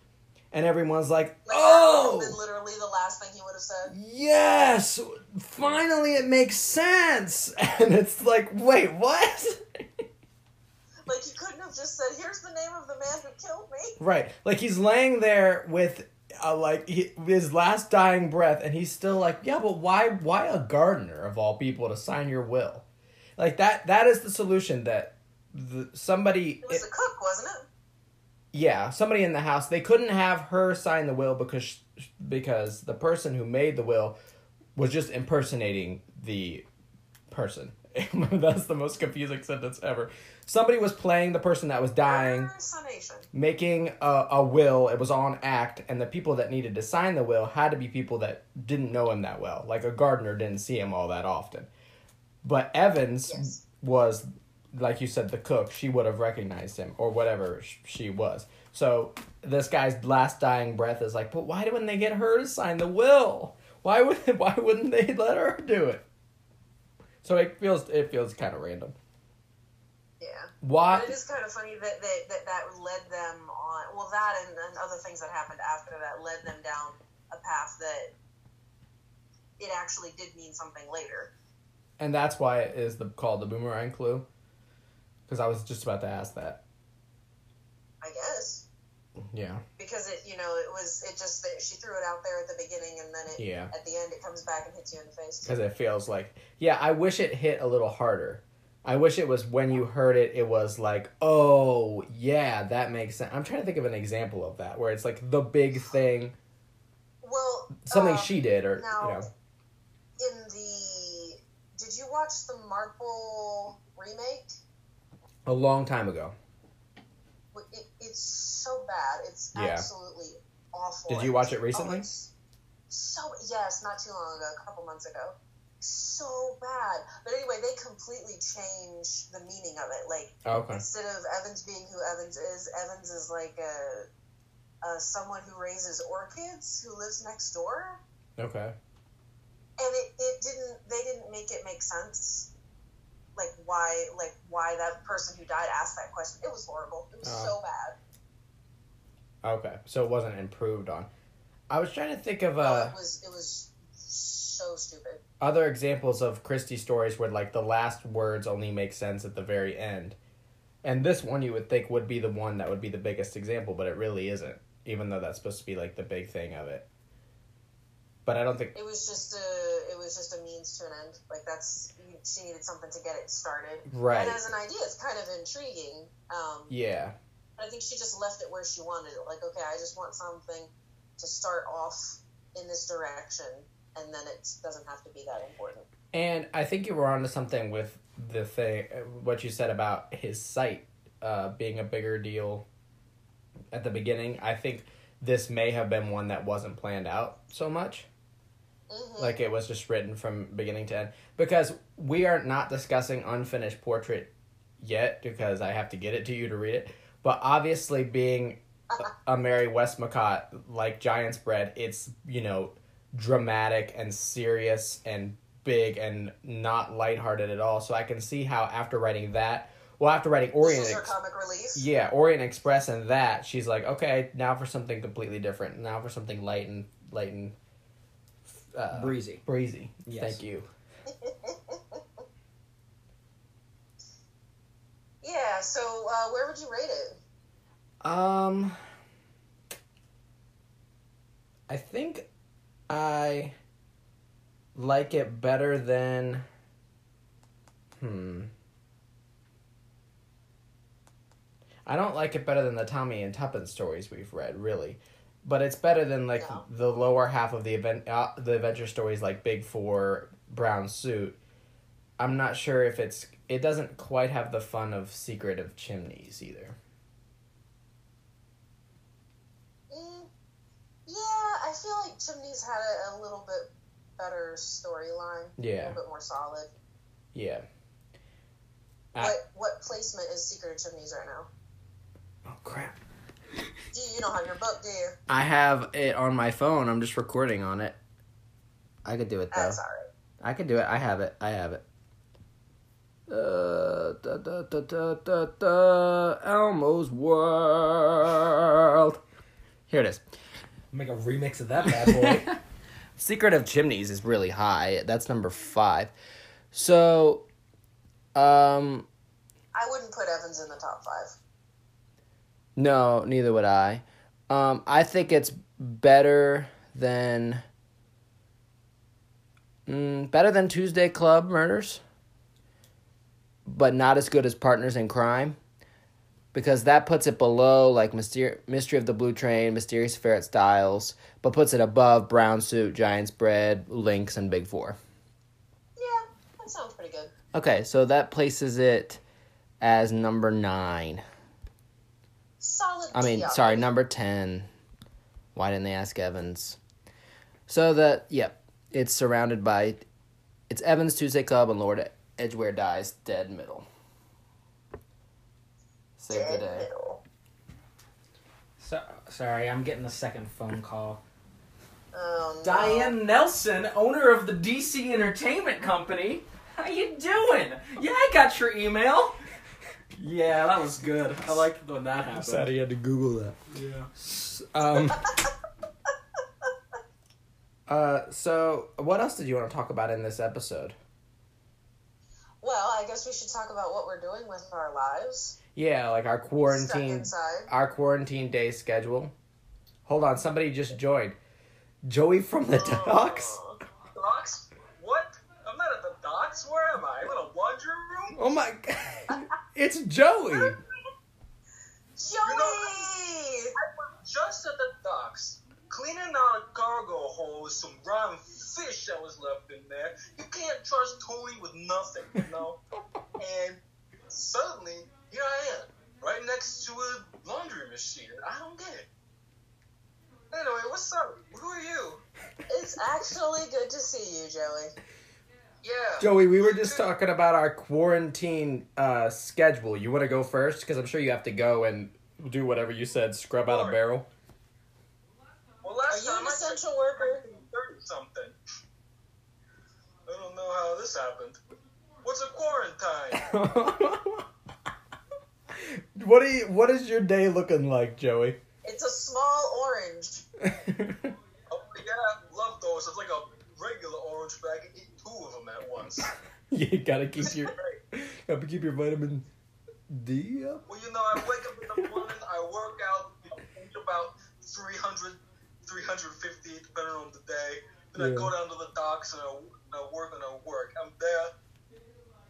[SPEAKER 1] And everyone's like,
[SPEAKER 3] Like, that
[SPEAKER 1] oh,
[SPEAKER 3] would have been literally the last thing he would have said.
[SPEAKER 1] yes, finally it makes sense. And it's like, wait, what?
[SPEAKER 3] Like, he couldn't have just said, here's the name of the man who killed me.
[SPEAKER 1] right, like he's laying there with. Uh, like he, his last dying breath, and he's still like, yeah, but why? Why a gardener of all people to sign your will? Like that. That is the solution that the, somebody.
[SPEAKER 3] It was the cook, wasn't it?
[SPEAKER 1] Yeah, somebody in the house. They couldn't have her sign the will because sh- because the person who made the will was just impersonating the person. That's the most confusing sentence ever. Somebody was playing the person that was dying,
[SPEAKER 3] Impersonation.
[SPEAKER 1] making a, a will. It was on act, and the people that needed to sign the will had to be people that didn't know him that well. Like a gardener didn't see him all that often. But Evans
[SPEAKER 3] Yes.
[SPEAKER 1] was, like you said, the cook. She would have recognized him or whatever sh- she was. So this guy's last dying breath is like, but why wouldn't they get her to sign the will? Why would why wouldn't they let her do it? So it feels it feels kind of random.
[SPEAKER 3] Yeah.
[SPEAKER 1] Why?
[SPEAKER 3] But it is kind of funny that that, that that led them on. Well, that and, and other things that happened after that led them down a path that it actually did mean something later.
[SPEAKER 1] And that's why it is the, called the boomerang clue. Because I was just about to ask that.
[SPEAKER 3] I guess
[SPEAKER 1] Yeah.
[SPEAKER 3] because it you know it was it just that she threw it out there at the beginning and then it
[SPEAKER 1] Yeah.
[SPEAKER 3] at the end it comes back and hits you in the face.
[SPEAKER 1] Because it feels like, yeah, I wish it hit a little harder. I wish it was when you heard it, it was like, oh, yeah, that makes sense. I'm trying to think of an example of that where it's like the big thing,
[SPEAKER 3] Well,
[SPEAKER 1] something
[SPEAKER 3] uh,
[SPEAKER 1] she did, or,
[SPEAKER 3] now-
[SPEAKER 1] you know.
[SPEAKER 3] in the did you watch the Marple remake?
[SPEAKER 1] a long time ago.
[SPEAKER 3] It, it's so bad. It's
[SPEAKER 1] Yeah.
[SPEAKER 3] absolutely awful.
[SPEAKER 1] Did you watch it
[SPEAKER 3] Oh,
[SPEAKER 1] recently?
[SPEAKER 3] it's so yes, not too long ago, a couple months ago. So bad. But anyway, they completely change the meaning of it. Like
[SPEAKER 1] Okay.
[SPEAKER 3] instead of Evans being who Evans is, Evans is like a, a someone who raises orchids who lives next door.
[SPEAKER 1] Okay.
[SPEAKER 3] and it, it didn't they didn't make it make sense like why like why that person who died asked that question it was horrible it was
[SPEAKER 1] Oh.
[SPEAKER 3] so bad
[SPEAKER 1] Okay. So it wasn't improved on. I was trying to think of
[SPEAKER 3] Oh,
[SPEAKER 1] uh,
[SPEAKER 3] it was it was so stupid
[SPEAKER 1] other examples of Christie stories where like the last words only make sense at the very end. And this one you would think would be the one that would be the biggest example, but it really isn't, even though that's supposed to be like the big thing of it. But I don't think
[SPEAKER 3] it was just a it was just a means to an end like that's she needed something to get it started
[SPEAKER 1] right.
[SPEAKER 3] and as an idea it's kind of intriguing um
[SPEAKER 1] Yeah.
[SPEAKER 3] but i think she just left it where she wanted it like okay i just want something to start off in this direction and then it doesn't have to be that important
[SPEAKER 1] And I think you were onto something with the thing, what you said about his sight uh, being a bigger deal at the beginning. I think this may have been one that wasn't planned out so much.
[SPEAKER 3] hmm
[SPEAKER 1] Like it was just written from beginning to end. Because we are not discussing Unfinished Portrait yet, because I have to get it to you to read it. But obviously, being a-
[SPEAKER 3] Uh-uh.
[SPEAKER 1] a Mary Westmacott, like Giant's Bread, it's, you know, dramatic and serious and big and not lighthearted at all. So I can see how after writing that, well, after writing Orient
[SPEAKER 3] this is her
[SPEAKER 1] Ex-
[SPEAKER 3] comic relief
[SPEAKER 1] yeah, Orient Express and that, she's like, okay, now for something completely different. Now for something light and light and uh,
[SPEAKER 2] Breezy.
[SPEAKER 1] breezy.
[SPEAKER 2] Yes.
[SPEAKER 1] Thank you.
[SPEAKER 3] Yeah, so uh, where would you rate it?
[SPEAKER 1] Um, I think I like it better than. Hmm. I don't like it better than the Tommy and Tuppence stories we've read, really, but it's better than like
[SPEAKER 3] No.
[SPEAKER 1] the lower half of the event, uh, the adventure stories like Big Four, Brown Suit. I'm not sure if it's. It doesn't quite have the fun of Secret of Chimneys either.
[SPEAKER 3] Mm, yeah, I feel like Chimneys had a, a little bit better storyline, a
[SPEAKER 1] Yeah,
[SPEAKER 3] little bit more solid.
[SPEAKER 1] yeah. I-
[SPEAKER 3] What what placement is Secret of Chimneys right now?
[SPEAKER 1] Oh crap!
[SPEAKER 3] Do you, you don't have your book, do you?
[SPEAKER 1] I have it on my phone. I'm just recording on it. I could do it though.
[SPEAKER 3] That's all right.
[SPEAKER 1] I could do it. I have it. I have it. Uh, da, da, da, da, da, da, Elmo's world. Here it is.
[SPEAKER 2] Make a remix of that bad boy.
[SPEAKER 1] Secret of Chimneys is really high. That's number five. So, um,
[SPEAKER 3] I wouldn't put Evans in the top five.
[SPEAKER 1] No, neither would I. Um, I think it's better than mm, better than Tuesday Club Murders, but not as good as Partners in Crime, because that puts it below like Myster- Mystery of the Blue Train, Mysterious Affair at Styles, but puts it above Brown Suit, Giant's Bread, Lynx, and Big Four.
[SPEAKER 3] Yeah, that sounds pretty good.
[SPEAKER 1] Okay, so that places it as number nine.
[SPEAKER 3] Solid.
[SPEAKER 1] I mean,
[SPEAKER 3] tee up.
[SPEAKER 1] sorry, number 10. Why didn't they ask Evans? So the yep, it's surrounded by it's Evans Tuesday Club and Lord Edgeware dies dead middle. Save
[SPEAKER 3] Dead
[SPEAKER 1] the day.
[SPEAKER 3] middle.
[SPEAKER 2] so, sorry, I'm getting a second phone call.
[SPEAKER 3] Um,
[SPEAKER 2] Uh, Diane Nelson, owner of the DC Entertainment Company. How you doing? Yeah, I got your email. Yeah, that was good. I liked when that happened.
[SPEAKER 1] he had to Google that.
[SPEAKER 2] Yeah.
[SPEAKER 1] Um. uh. So, what else did you want to talk about in this episode?
[SPEAKER 3] Well, I guess we should talk about what we're doing with our lives.
[SPEAKER 1] Yeah, like our
[SPEAKER 3] Stuck
[SPEAKER 1] quarantine
[SPEAKER 3] inside.
[SPEAKER 1] our quarantine day schedule. Hold on, somebody just joined. Joey from the docks.
[SPEAKER 5] Docs? What? I'm not at the docks. Where am I? I'm in a laundry room.
[SPEAKER 1] Oh my god. It's Joey.
[SPEAKER 3] Joey.
[SPEAKER 5] I was just at the docks, cleaning out a cargo hold with some rotten fish that was left in there. You can't trust Tony with nothing, you know? and suddenly, Here I am, right next to a laundry machine. I don't get it. Anyway, what's up? Who are you?
[SPEAKER 3] It's actually good to see you, Joey.
[SPEAKER 5] Yeah.
[SPEAKER 1] Joey, we were just talking about our quarantine uh, schedule. You want to go first? Because I'm sure you have to go and do whatever you said, scrub out a barrel.
[SPEAKER 5] Well,
[SPEAKER 3] Are
[SPEAKER 5] last
[SPEAKER 3] you
[SPEAKER 5] time
[SPEAKER 3] an
[SPEAKER 5] I checked,
[SPEAKER 3] essential worker?
[SPEAKER 5] 30 something. I don't know how this happened. What's a quarantine?
[SPEAKER 1] what do you? What is your day looking like, Joey?
[SPEAKER 3] It's a small orange.
[SPEAKER 5] oh yeah, I love those. It's like a regular orange, but I can eat two of them at once.
[SPEAKER 1] you gotta keep your
[SPEAKER 5] Great.
[SPEAKER 1] gotta keep your vitamin D up.
[SPEAKER 5] Well, you know, I wake up in the morning, I work out you know, eat about 300, 350, depending on the day. Then I
[SPEAKER 1] Yeah.
[SPEAKER 5] go down to the docks and I, and I work and I work. I'm there,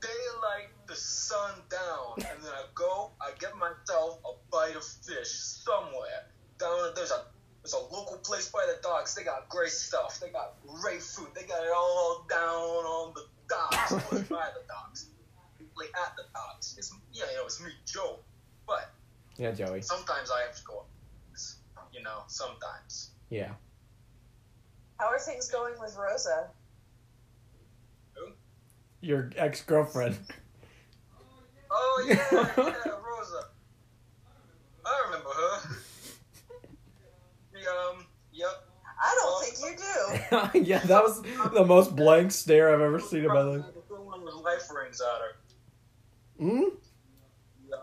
[SPEAKER 5] daylight, the sun down, and then I go, I get myself a bite of fish somewhere. Down there's a there's a local place by the docks. They got great stuff. They got great food. They got it all down on the docks, or by the docks, like at the docks. It's yeah, you know, it's me, Joe. But
[SPEAKER 1] Yeah, Joey.
[SPEAKER 5] sometimes I have to go. You know, sometimes.
[SPEAKER 1] Yeah.
[SPEAKER 3] How are things going with Rosa?
[SPEAKER 1] Your ex girlfriend.
[SPEAKER 5] Oh yeah, yeah, Rosa. I remember her. The um, yep.
[SPEAKER 3] I don't think you do.
[SPEAKER 1] yeah, that was the most blank stare I've ever seen in my life.
[SPEAKER 5] The one with life rings at her.
[SPEAKER 1] Hmm?
[SPEAKER 5] Yeah,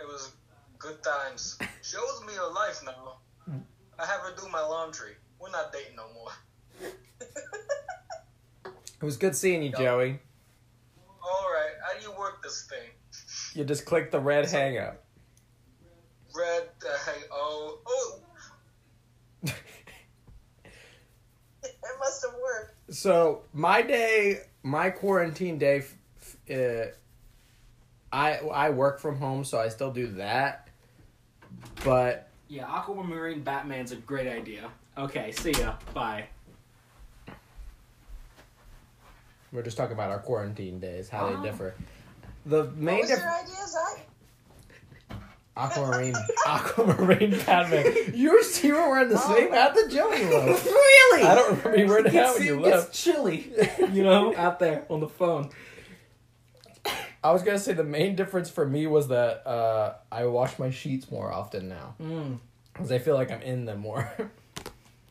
[SPEAKER 5] it was good times. She owes me her life now. I have her do my laundry. We're not dating no more.
[SPEAKER 1] It was good seeing you, Joey.
[SPEAKER 5] All right, how do you work this thing?
[SPEAKER 1] You just clicked the red hang up.
[SPEAKER 5] Red, uh, hey, oh, oh,
[SPEAKER 3] It must have worked.
[SPEAKER 1] So my day, my quarantine day, f- f- uh, I I work from home, so I still do that. But
[SPEAKER 2] Yeah, Aquamarine Batman's a great idea. Okay, see ya. Bye.
[SPEAKER 1] we're just talking about our quarantine days, how
[SPEAKER 2] Oh.
[SPEAKER 1] they differ. The
[SPEAKER 3] What
[SPEAKER 1] main
[SPEAKER 3] was
[SPEAKER 1] diff-
[SPEAKER 3] your idea, Zach?
[SPEAKER 1] aquamarine, aquamarine Batman. You were you were wearing the same hat that Joey was.
[SPEAKER 2] really?
[SPEAKER 1] I don't remember you wearing a hat when you left.
[SPEAKER 2] It's chilly, you know, out there on the phone.
[SPEAKER 1] I was gonna say the main difference for me was that uh, I wash my sheets more often now
[SPEAKER 2] Mm.
[SPEAKER 1] because I feel like I'm in them more,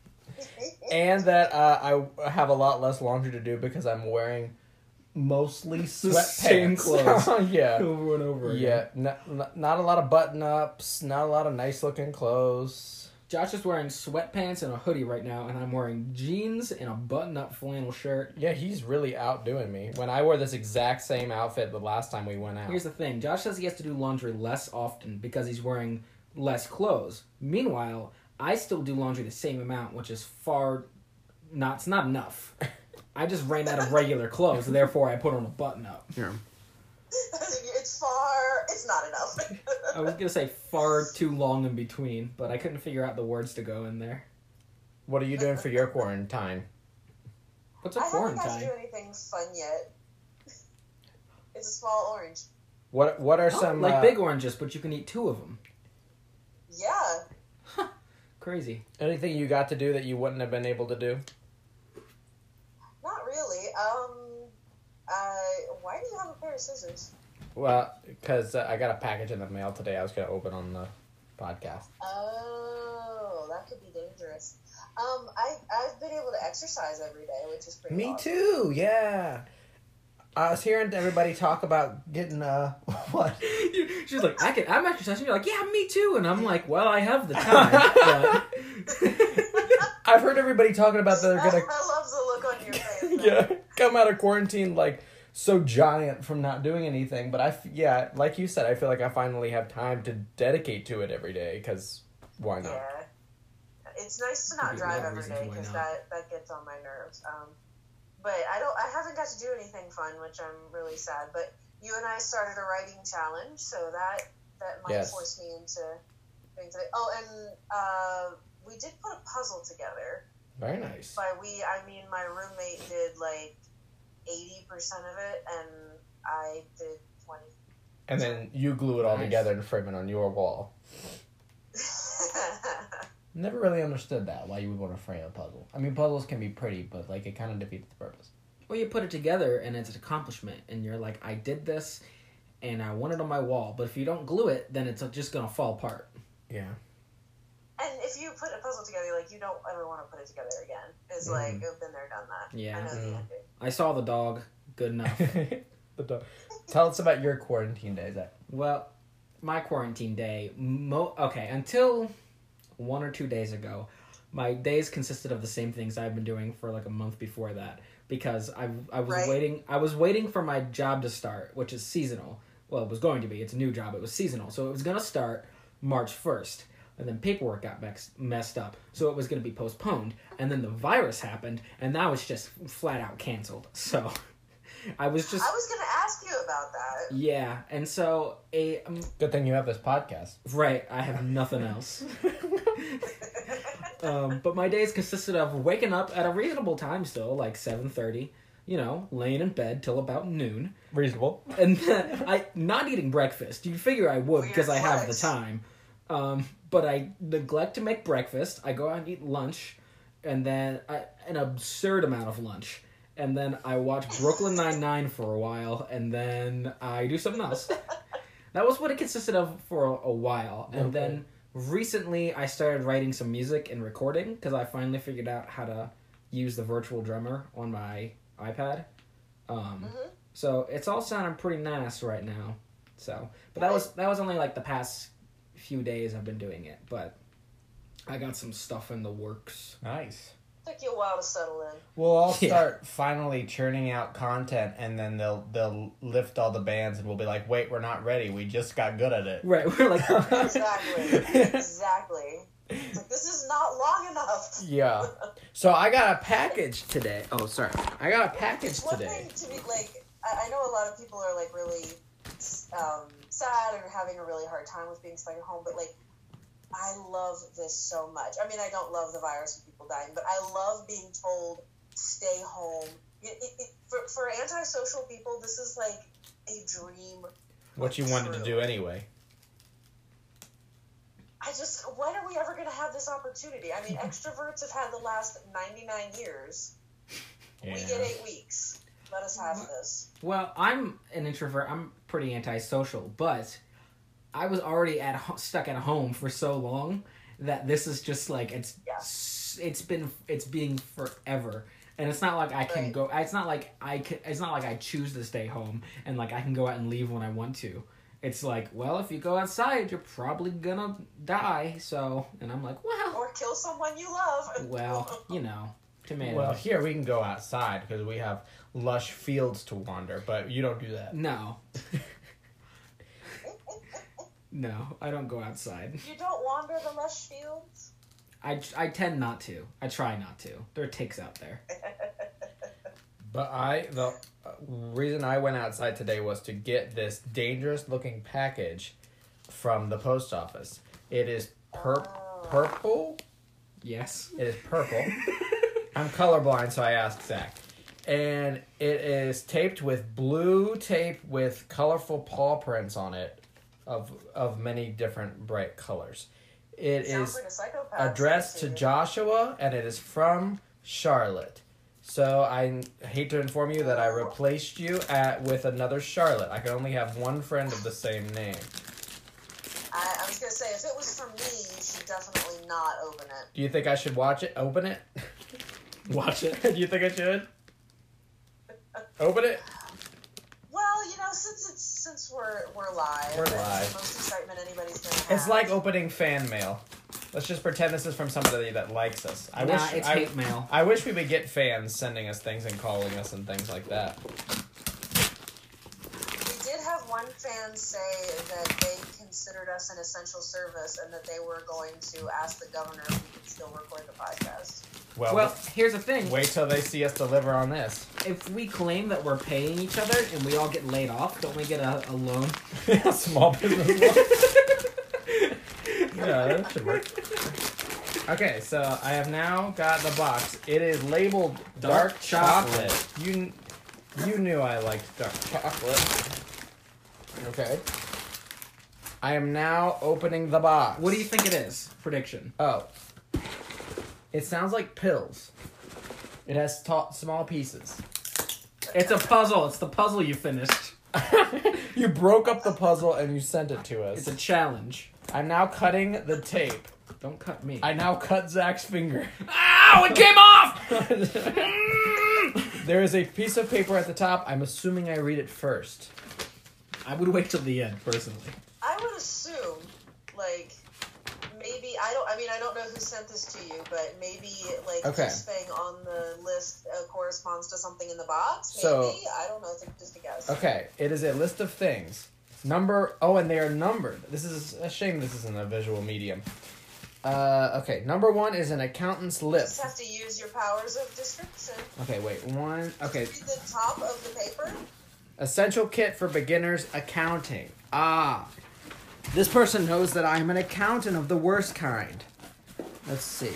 [SPEAKER 1] and that uh, I have a lot less laundry to do because I'm wearing mostly sweatpants.
[SPEAKER 2] same clothes.
[SPEAKER 1] yeah,
[SPEAKER 2] Over and over. again.
[SPEAKER 1] yeah. Not, not, not a lot of button ups. Not a lot of nice looking clothes.
[SPEAKER 2] Josh is wearing sweatpants and a hoodie right now, and I'm wearing jeans and a button-up flannel shirt.
[SPEAKER 1] Yeah, he's really outdoing me. When I wore this exact same outfit the last time we went out.
[SPEAKER 2] Here's the thing: Josh says he has to do laundry less often because he's wearing less clothes. Meanwhile, I still do laundry the same amount, which is far not it's not enough. I just ran out of regular clothes, and therefore I put on a button up.
[SPEAKER 3] it's far. It's not enough.
[SPEAKER 1] Oh,
[SPEAKER 2] I was gonna say far too long in between, but I couldn't figure out the words to go in there.
[SPEAKER 1] What are you doing for your quarantine?
[SPEAKER 2] What's a
[SPEAKER 3] I haven't got to
[SPEAKER 2] quarantine?
[SPEAKER 3] do anything fun yet. It's a small orange.
[SPEAKER 1] What What are
[SPEAKER 2] Oh,
[SPEAKER 1] some
[SPEAKER 2] like
[SPEAKER 1] uh,
[SPEAKER 2] big oranges, but you can eat two of them.
[SPEAKER 3] Yeah.
[SPEAKER 2] Crazy.
[SPEAKER 1] anything you got to do that you wouldn't have been able to do?
[SPEAKER 3] Not really. Um, uh, why do you have a pair of scissors?
[SPEAKER 1] Well, because uh, I got a package in the mail today. I was gonna open on the podcast.
[SPEAKER 3] Oh, that could be dangerous. Um, I I've been able to exercise every day, which is pretty.
[SPEAKER 1] Me
[SPEAKER 3] awesome.
[SPEAKER 1] too. Yeah. I was hearing everybody talk about getting uh what?
[SPEAKER 2] She's like, I can. I'm exercising. You're like, yeah, me too. And I'm like, well, I have the time. but-
[SPEAKER 1] I've heard everybody talking about they're gonna
[SPEAKER 3] I love the look on your face.
[SPEAKER 1] yeah come out of quarantine like so giant from not doing anything. But I f- yeah like you said I feel like I finally have time to dedicate to it every day because why not?
[SPEAKER 3] Yeah. It's nice to
[SPEAKER 2] Could
[SPEAKER 3] not
[SPEAKER 2] be a lot
[SPEAKER 3] drive every
[SPEAKER 2] of reasons
[SPEAKER 3] day
[SPEAKER 2] why
[SPEAKER 3] because
[SPEAKER 2] not.
[SPEAKER 3] that that gets on my nerves. Um, but I don't. I haven't got to do anything fun, which I'm really sad. But you and I started a writing challenge, so that that might
[SPEAKER 1] Yes.
[SPEAKER 3] force me into doing something. Oh, and uh, we did put a puzzle together.
[SPEAKER 1] Very nice.
[SPEAKER 3] By we, I mean my roommate did like eighty percent of it, and I did twenty.
[SPEAKER 1] and then you glue it all
[SPEAKER 2] Nice.
[SPEAKER 1] together and frame it on your wall. Never really understood that why you would want to frame a puzzle. I mean, puzzles can be pretty, but like it kind of defeats the purpose.
[SPEAKER 2] Well, you put it together and it's an accomplishment, and you're like, I did this, and I want it on my wall. But if you don't glue it, then it's just gonna fall apart.
[SPEAKER 1] Yeah.
[SPEAKER 3] and if you put a puzzle together, like you don't ever want to put it together again. It's like I've been there, done that.
[SPEAKER 2] Yeah.
[SPEAKER 3] I know the
[SPEAKER 1] Mhm.
[SPEAKER 3] ending.
[SPEAKER 2] I saw the dog. Good enough.
[SPEAKER 1] the dog. Tell us about your quarantine day, Zach.
[SPEAKER 2] Well, my quarantine day, mo- okay, until one or two days ago, my days consisted of the same things I've been doing for like a month before that because I I was
[SPEAKER 3] Right.
[SPEAKER 2] waiting I was waiting for my job to start, which is seasonal. Well, it was going to be. It's a new job. It was seasonal, so it was gonna start March first, and then paperwork got mex- messed up, so it was gonna be postponed, and then the virus happened, and now it's just flat out canceled. So, I was just
[SPEAKER 3] I was gonna ask you about that.
[SPEAKER 2] yeah, and so a um,
[SPEAKER 1] Good thing you have this podcast.
[SPEAKER 2] Right, I have nothing else. um, but my days consisted of waking up at a reasonable time still, like 7.30, you know, laying in bed till about noon.
[SPEAKER 1] Reasonable.
[SPEAKER 2] And then I not eating breakfast. You'd figure I would
[SPEAKER 3] Weird
[SPEAKER 2] because I have the
[SPEAKER 3] flex.
[SPEAKER 2] time. Um, but I neglect to make breakfast. I go out and eat lunch, and then I, an absurd amount of lunch. And then I watch Brooklyn Nine Nine for a while, and then I do something else. that was what it consisted of for a, a while. And
[SPEAKER 1] Okay.
[SPEAKER 2] then recently, I started writing some music and recording because I finally figured out how to use the virtual drummer on my iPad. Um,
[SPEAKER 3] Mhm.
[SPEAKER 2] So it's all sounding pretty nice right now. So, but that was that was only like the past few days I've been doing it. But I got some stuff in the works.
[SPEAKER 1] Nice.
[SPEAKER 3] Took you a while to settle in.
[SPEAKER 1] We'll all
[SPEAKER 2] Yeah.
[SPEAKER 1] start finally churning out content, and then they'll they'll lift all the bands, and we'll be like, "Wait, we're not ready. We just got good at it."
[SPEAKER 2] Right, we're like,
[SPEAKER 3] Exactly. exactly. It's like this is not long enough.
[SPEAKER 1] Yeah. So I got a package today. Oh, sorry. I got a package
[SPEAKER 3] It's one
[SPEAKER 1] today.
[SPEAKER 3] thing to be like, I, I know a lot of people are like really um, sad or having a really hard time with being stuck at home, but like, I love this so much. I mean, I don't love the virus and people dying, but I love being told stay home. It, it, it, for, for antisocial people, this is like a dream.
[SPEAKER 1] What you wanted to do anyway.
[SPEAKER 3] I just, when are we ever going to have this opportunity? I mean, extroverts have had the last 99 years. We get eight weeks. Let us have this.
[SPEAKER 2] well, I'm an introvert. I'm pretty antisocial, but I was already at ho- stuck at home for so long that this is just like it's
[SPEAKER 3] Yeah.
[SPEAKER 2] s- it's been it's being forever. And it's not like I can
[SPEAKER 3] Right.
[SPEAKER 2] go. It's not like I can. It's not like I choose to stay home and like I can go out and leave when I want to. It's like, well, if you go outside, you're probably gonna die. So, and I'm like, well,
[SPEAKER 3] Or kill someone you love.
[SPEAKER 2] well, you know, tomatoes.
[SPEAKER 1] Well, here we can go outside because we have lush fields to wander, but you don't do that.
[SPEAKER 2] No. no, I don't go outside.
[SPEAKER 3] You don't wander the lush fields?
[SPEAKER 2] I, I tend not to. I try not to. There are ticks out there.
[SPEAKER 1] But I the uh, reason I went outside today was to get this dangerous looking package from the post office. It is pur- purple.
[SPEAKER 2] Yes.
[SPEAKER 1] It is purple. I'm colorblind, so I asked Zach. And it is taped with blue tape with colorful paw prints on it of of many different bright colors. It is
[SPEAKER 3] Sounds like a psychopath.
[SPEAKER 1] addressed to Joshua, and it is from Charlotte. So I hate to inform you that I replaced you at with another Charlotte. I can only have one friend of the same name.
[SPEAKER 3] I, I was going to say, if it was for me, you should definitely not open it.
[SPEAKER 1] Do you think I should watch it? Open it?
[SPEAKER 2] Watch it.
[SPEAKER 1] Do you think I should? Open it.
[SPEAKER 3] Well, you know, since it's since we're we're live,
[SPEAKER 1] We're
[SPEAKER 3] that's
[SPEAKER 1] live.
[SPEAKER 3] the most excitement anybody's gonna have.
[SPEAKER 1] It's like opening fan mail. Let's just pretend this is from somebody that likes us. I
[SPEAKER 2] nah,
[SPEAKER 1] wish
[SPEAKER 2] it's
[SPEAKER 1] I,
[SPEAKER 2] hate mail.
[SPEAKER 1] I wish we would get fans sending us things and calling us and things like that.
[SPEAKER 3] we did have one fan say that they considered us an essential service and that they were going to ask the governor if we could still record the podcast.
[SPEAKER 1] Well,
[SPEAKER 2] Well, here's the thing.
[SPEAKER 1] wait till they see us deliver on this.
[SPEAKER 2] If we claim that we're paying each other and we all get laid off, don't we get a, a loan?
[SPEAKER 1] Small business law. yeah, that should work. Okay, so I have now got the box. It is labeled dark,
[SPEAKER 2] Dark
[SPEAKER 1] chocolate. You, you knew I liked dark chocolate. Okay. I am now opening the box.
[SPEAKER 2] What do you think it is? Prediction.
[SPEAKER 1] Oh. It sounds like pills. It has ta- small pieces.
[SPEAKER 2] It's a puzzle. It's the puzzle you finished.
[SPEAKER 1] you broke up the puzzle and you sent it to
[SPEAKER 2] It's
[SPEAKER 1] us.
[SPEAKER 2] a challenge.
[SPEAKER 1] I'm now cutting the tape.
[SPEAKER 2] Don't cut me.
[SPEAKER 1] I now cut Zach's finger.
[SPEAKER 2] Ow! It came off.
[SPEAKER 1] there is a piece of paper at the top. I'm assuming I read it first.
[SPEAKER 2] I would wait till the end, personally.
[SPEAKER 3] I would assume, like, maybe I don't. I mean, I don't know who sent this to you, but maybe like
[SPEAKER 1] Okay.
[SPEAKER 3] this thing on the list uh, corresponds to something in the box. Maybe
[SPEAKER 1] So-
[SPEAKER 3] I don't know. It's just a guess.
[SPEAKER 1] Okay, it is a list of things. Number oh, and they are numbered. This is a shame. This isn't a visual medium. Uh, okay, number one is an accountant's
[SPEAKER 3] You
[SPEAKER 1] lip.
[SPEAKER 3] just have to use your powers of description.
[SPEAKER 1] Okay, wait one. Okay,
[SPEAKER 3] Read the top of the paper.
[SPEAKER 1] Essential kit for beginners accounting. Ah. This person knows that I'm an accountant of the worst kind. Let's see.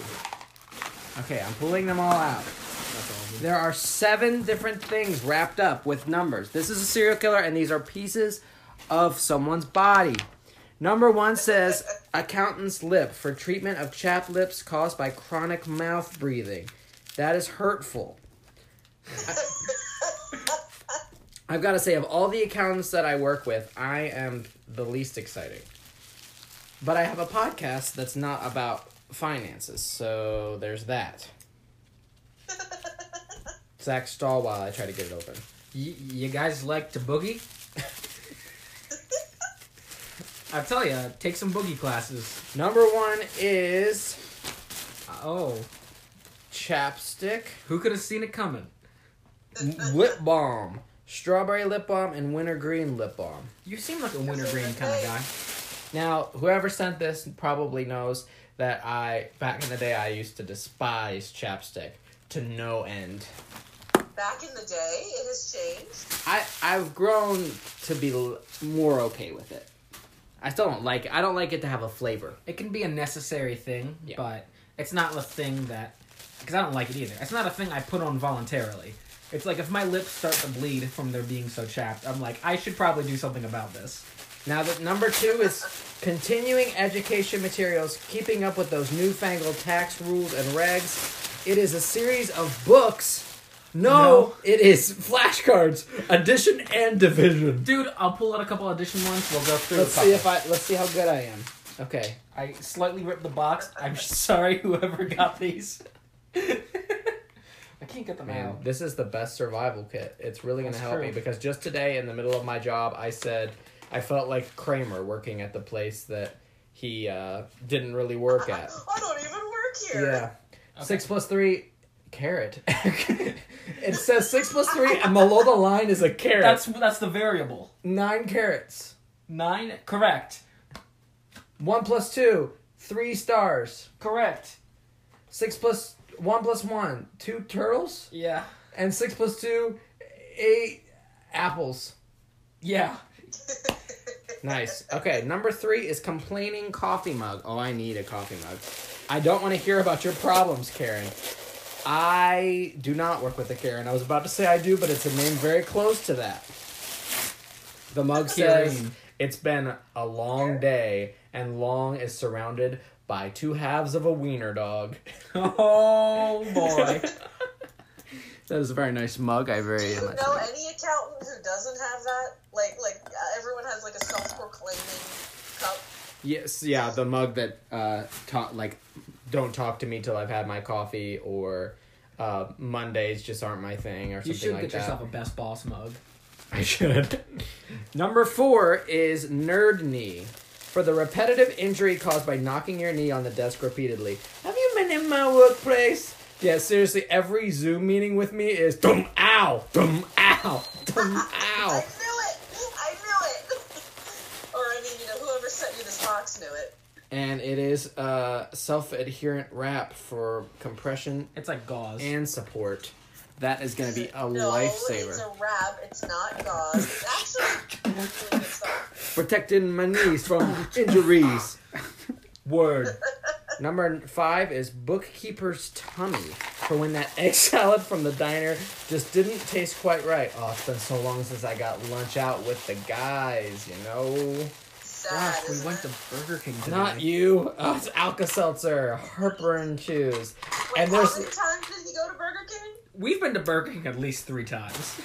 [SPEAKER 1] Okay, I'm pulling them all out. There are seven different things wrapped up with numbers. This is a serial killer, and these are pieces of someone's body. Number one says accountant's lip for treatment of chapped lips caused by chronic mouth breathing. That is hurtful. I've got to say, of all the accountants that I work with, I am the least exciting. But I have a podcast that's not about finances, so there's that. Zach, stall while I try to get it open.
[SPEAKER 2] Y- you guys like to boogie? I tell you, take some boogie classes.
[SPEAKER 1] Number one is
[SPEAKER 2] Oh,
[SPEAKER 1] chapstick,
[SPEAKER 2] who could have seen it coming?
[SPEAKER 1] lip balm, strawberry lip balm, and wintergreen lip balm.
[SPEAKER 2] You seem like a wintergreen kind of guy.
[SPEAKER 1] Now, whoever sent this probably knows that I, back in the day, I used to despise chapstick to no end.
[SPEAKER 3] Back in the day, it has changed.
[SPEAKER 1] I I've grown to be l- more okay with it. I still don't like it. I don't like it to have a flavor.
[SPEAKER 2] It can be a necessary thing,
[SPEAKER 1] Yeah.
[SPEAKER 2] but it's not a thing that. Because I don't like it either. It's not a thing I put on voluntarily. It's like if my lips start to bleed from their being so chapped, I'm like, I should probably do something about this.
[SPEAKER 1] Now that number two is continuing education materials, keeping up with those newfangled tax rules and regs. It is a series of books. No,
[SPEAKER 2] No.
[SPEAKER 1] it is flashcards, addition and division.
[SPEAKER 2] Dude, I'll pull out a couple addition ones. We'll go through.
[SPEAKER 1] Let's
[SPEAKER 2] a couple.
[SPEAKER 1] see if I let's see how good I am. Okay.
[SPEAKER 2] I slightly ripped the box. I'm sorry, whoever got these. I can't get them
[SPEAKER 1] Man,
[SPEAKER 2] out.
[SPEAKER 1] this is the best survival kit. It's really going to
[SPEAKER 2] That's
[SPEAKER 1] help
[SPEAKER 2] true.
[SPEAKER 1] me because just today, in the middle of my job, I said I felt like Kramer working at the place that he uh, didn't really work at.
[SPEAKER 3] I don't even work here.
[SPEAKER 1] yeah. Six plus three, carrot. it says six plus three, and below the line is a carrot.
[SPEAKER 2] That's that's the variable.
[SPEAKER 1] nine carrots.
[SPEAKER 2] Nine. Correct.
[SPEAKER 1] One plus two, three stars.
[SPEAKER 2] Correct.
[SPEAKER 1] Six plus one plus one, two turtles.
[SPEAKER 2] Yeah.
[SPEAKER 1] And six plus two, eight apples.
[SPEAKER 2] Yeah.
[SPEAKER 1] Nice. Okay, number three is complaining coffee mug. Oh, I need a coffee mug. I don't want to hear about your problems, Karen. I do not work with a Karen. I was about to say I do, but it's a name very close to that. The mug says
[SPEAKER 2] Karen.
[SPEAKER 1] it's been a long day, and long is surrounded by two halves of a wiener dog.
[SPEAKER 2] Oh boy.
[SPEAKER 1] That is a very nice mug. I
[SPEAKER 3] Do
[SPEAKER 1] very
[SPEAKER 3] you know any accountant who doesn't have that? Like, like uh, everyone has like a self-proclaiming cup.
[SPEAKER 1] Yes, yeah, the mug that uh taught like don't talk to me till I've had my coffee or uh Mondays just aren't my thing or something
[SPEAKER 2] you should
[SPEAKER 1] like
[SPEAKER 2] get
[SPEAKER 1] that.
[SPEAKER 2] yourself a best boss mug.
[SPEAKER 1] I should. Number 4 is nerd knee. For the repetitive injury caused by knocking your knee on the desk repeatedly. Have you been in my workplace? Yeah, seriously, every Zoom meeting with me is dum ow, dum ow, dum
[SPEAKER 3] I
[SPEAKER 1] ow.
[SPEAKER 3] knew it. I knew it. or I mean, you know, whoever sent you this box knew it.
[SPEAKER 1] And it is uh self-adherent wrap for compression
[SPEAKER 2] It's like gauze.
[SPEAKER 1] and support. That is going to be a
[SPEAKER 3] no, It's
[SPEAKER 1] lifesaver.
[SPEAKER 3] a wrap. It's not gauze. It's actually really good stuff.
[SPEAKER 1] Protecting my knees from injuries.
[SPEAKER 2] Word.
[SPEAKER 1] Number five is bookkeeper's tummy. for when that egg salad from the diner just didn't taste quite right. Oh, it's been so long since I got lunch out with the guys, you know?
[SPEAKER 3] Sad.
[SPEAKER 2] Gosh, we
[SPEAKER 3] isn't
[SPEAKER 2] went
[SPEAKER 3] it?
[SPEAKER 2] to Burger King today.
[SPEAKER 1] Not you. Oh, it's Alka Seltzer, Harper and Chews.
[SPEAKER 3] Wait,
[SPEAKER 1] And
[SPEAKER 3] how many
[SPEAKER 1] there's.
[SPEAKER 3] times did he go to Burger King?
[SPEAKER 2] We've been to Burger King at least three times.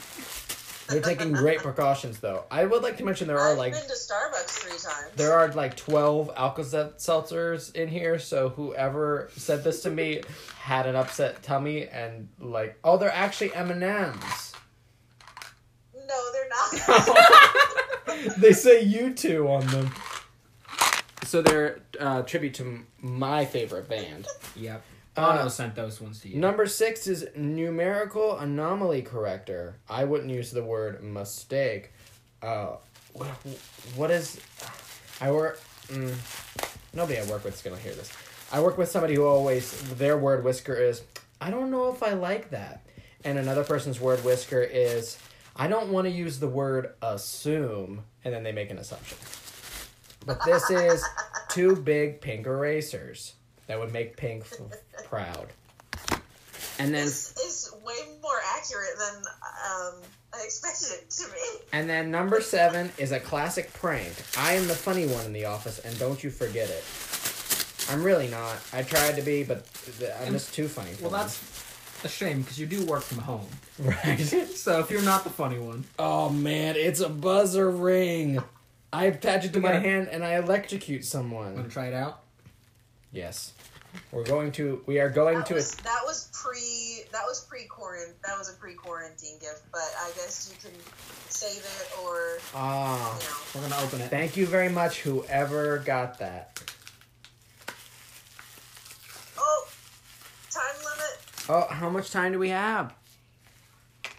[SPEAKER 1] They're taking great precautions, though. I would like to mention there are
[SPEAKER 3] I've
[SPEAKER 1] like.
[SPEAKER 3] been to Starbucks three times.
[SPEAKER 1] There are like 12 Alka Seltzers in here, so whoever said this to me had an upset tummy and like, oh, they're actually M&Ms.
[SPEAKER 3] No, they're
[SPEAKER 1] Oh,
[SPEAKER 3] not.
[SPEAKER 1] they say you two on them. So they're uh, tribute to m- my favorite band.
[SPEAKER 2] Yep.
[SPEAKER 1] Uh,
[SPEAKER 2] Bono sent those ones to you.
[SPEAKER 1] Number six is numerical anomaly corrector. I wouldn't use the word mistake. Uh, what, what is? I work. Mm, nobody I work with is gonna hear this. I work with somebody who always their word whisker is. I don't know if I like that. And another person's word whisker is. I don't want to use the word assume, and then they make an assumption. But this is two big pink erasers that would make pink f- proud. And then
[SPEAKER 3] this is way more accurate than um, I expected it to be.
[SPEAKER 1] and then number 7 is a classic prank. I am the funny one in the office and don't you forget it. I'm really not. I tried to be, but th- I'm just too funny. for
[SPEAKER 2] Well,
[SPEAKER 1] them.
[SPEAKER 2] that's a shame because you do work from home.
[SPEAKER 1] right.
[SPEAKER 2] So if you're not the funny one,
[SPEAKER 1] Oh man, it's a buzzer ring. I attach it to my
[SPEAKER 2] Yeah.
[SPEAKER 1] hand and I electrocute
[SPEAKER 2] want to
[SPEAKER 1] someone.
[SPEAKER 2] try it out?
[SPEAKER 1] Yes. We're going to we are going
[SPEAKER 3] That
[SPEAKER 1] to
[SPEAKER 3] was, that was pre that was pre quarantine that was a pre quarantine gift, but I guess you can save it or
[SPEAKER 1] ah
[SPEAKER 3] you know.
[SPEAKER 2] We're gonna open it.
[SPEAKER 1] Thank you very much, whoever got that.
[SPEAKER 3] Oh, time limit.
[SPEAKER 1] Oh, how much time do we have?
[SPEAKER 3] I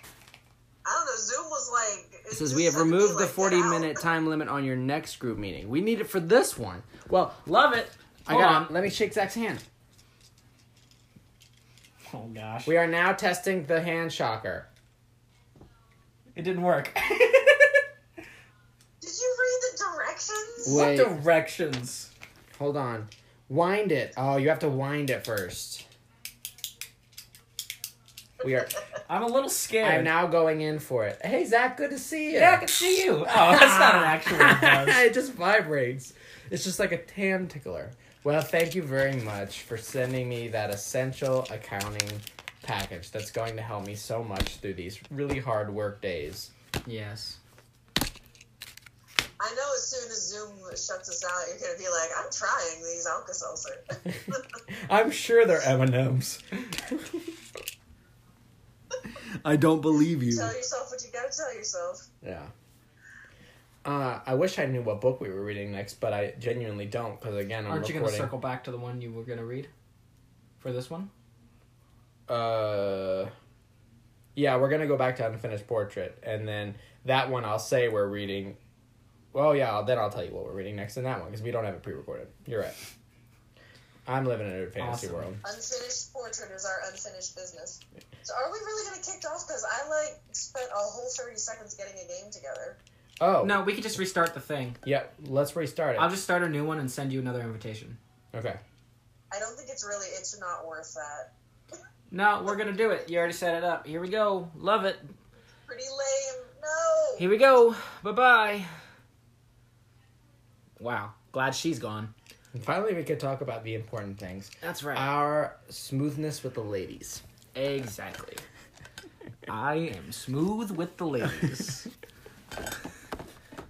[SPEAKER 3] don't know. Zoom was like. it
[SPEAKER 1] It says
[SPEAKER 3] just
[SPEAKER 1] we have
[SPEAKER 3] had to be
[SPEAKER 1] removed the
[SPEAKER 3] like,
[SPEAKER 1] 40
[SPEAKER 3] get out.
[SPEAKER 1] minute time limit on your next group meeting. We need it for this one. Well, love it. I
[SPEAKER 2] Hold
[SPEAKER 1] got.
[SPEAKER 2] on.
[SPEAKER 1] Let me shake Zach's hand.
[SPEAKER 2] Oh gosh,
[SPEAKER 1] We are now testing the hand shocker.
[SPEAKER 2] it didn't work.
[SPEAKER 3] Did you read the directions?
[SPEAKER 1] Wait.
[SPEAKER 2] what directions?
[SPEAKER 1] Hold on. Wind it. Oh, you have to wind it first. We are.
[SPEAKER 2] I'm a little scared.
[SPEAKER 1] I'm now going in for it. Hey, Zach, good to see you.
[SPEAKER 2] Yeah, I can see you. Oh, that's not an actual buzz.
[SPEAKER 1] Ah. it just vibrates. It's just like a tan tickler. Well, thank you very much for sending me that essential accounting package that's going to help me so much through these really hard work days.
[SPEAKER 2] Yes.
[SPEAKER 3] I know as soon as Zoom shuts us out, you're gonna be like, I'm trying these Alka Seltzer.
[SPEAKER 1] I'm sure they're M&Ms. I don't believe you.
[SPEAKER 3] tell yourself what you gotta tell yourself.
[SPEAKER 1] Yeah. Uh, I wish I knew what book we were reading next, but I genuinely don't because again I'm
[SPEAKER 2] Aren't you
[SPEAKER 1] recording.
[SPEAKER 2] gonna circle back to the one you were gonna read for this one?
[SPEAKER 1] uh yeah we're gonna go back to unfinished portrait and then that one i'll say we're reading well yeah I'll, then i'll tell you what we're reading next in that one because we don't have it pre-recorded you're right i'm living in a fantasy
[SPEAKER 2] Awesome.
[SPEAKER 1] world
[SPEAKER 3] Unfinished portrait is our unfinished business. So are we really gonna kick off? Because I like spent a whole thirty seconds getting a game together.
[SPEAKER 1] oh
[SPEAKER 2] No, we could just restart the thing.
[SPEAKER 1] yeah let's restart it
[SPEAKER 2] I'll just start a new one and send you another invitation.
[SPEAKER 1] okay
[SPEAKER 3] I don't think it's really. It's not worth that.
[SPEAKER 2] No, we're gonna do it. You already set it up. Here we go. Love it.
[SPEAKER 3] Pretty lame. No.
[SPEAKER 2] Here we go. Bye bye. Wow. Glad she's gone.
[SPEAKER 1] and finally we could talk about the important things
[SPEAKER 2] That's right.
[SPEAKER 1] our smoothness with the ladies
[SPEAKER 2] Exactly. I am smooth with the ladies.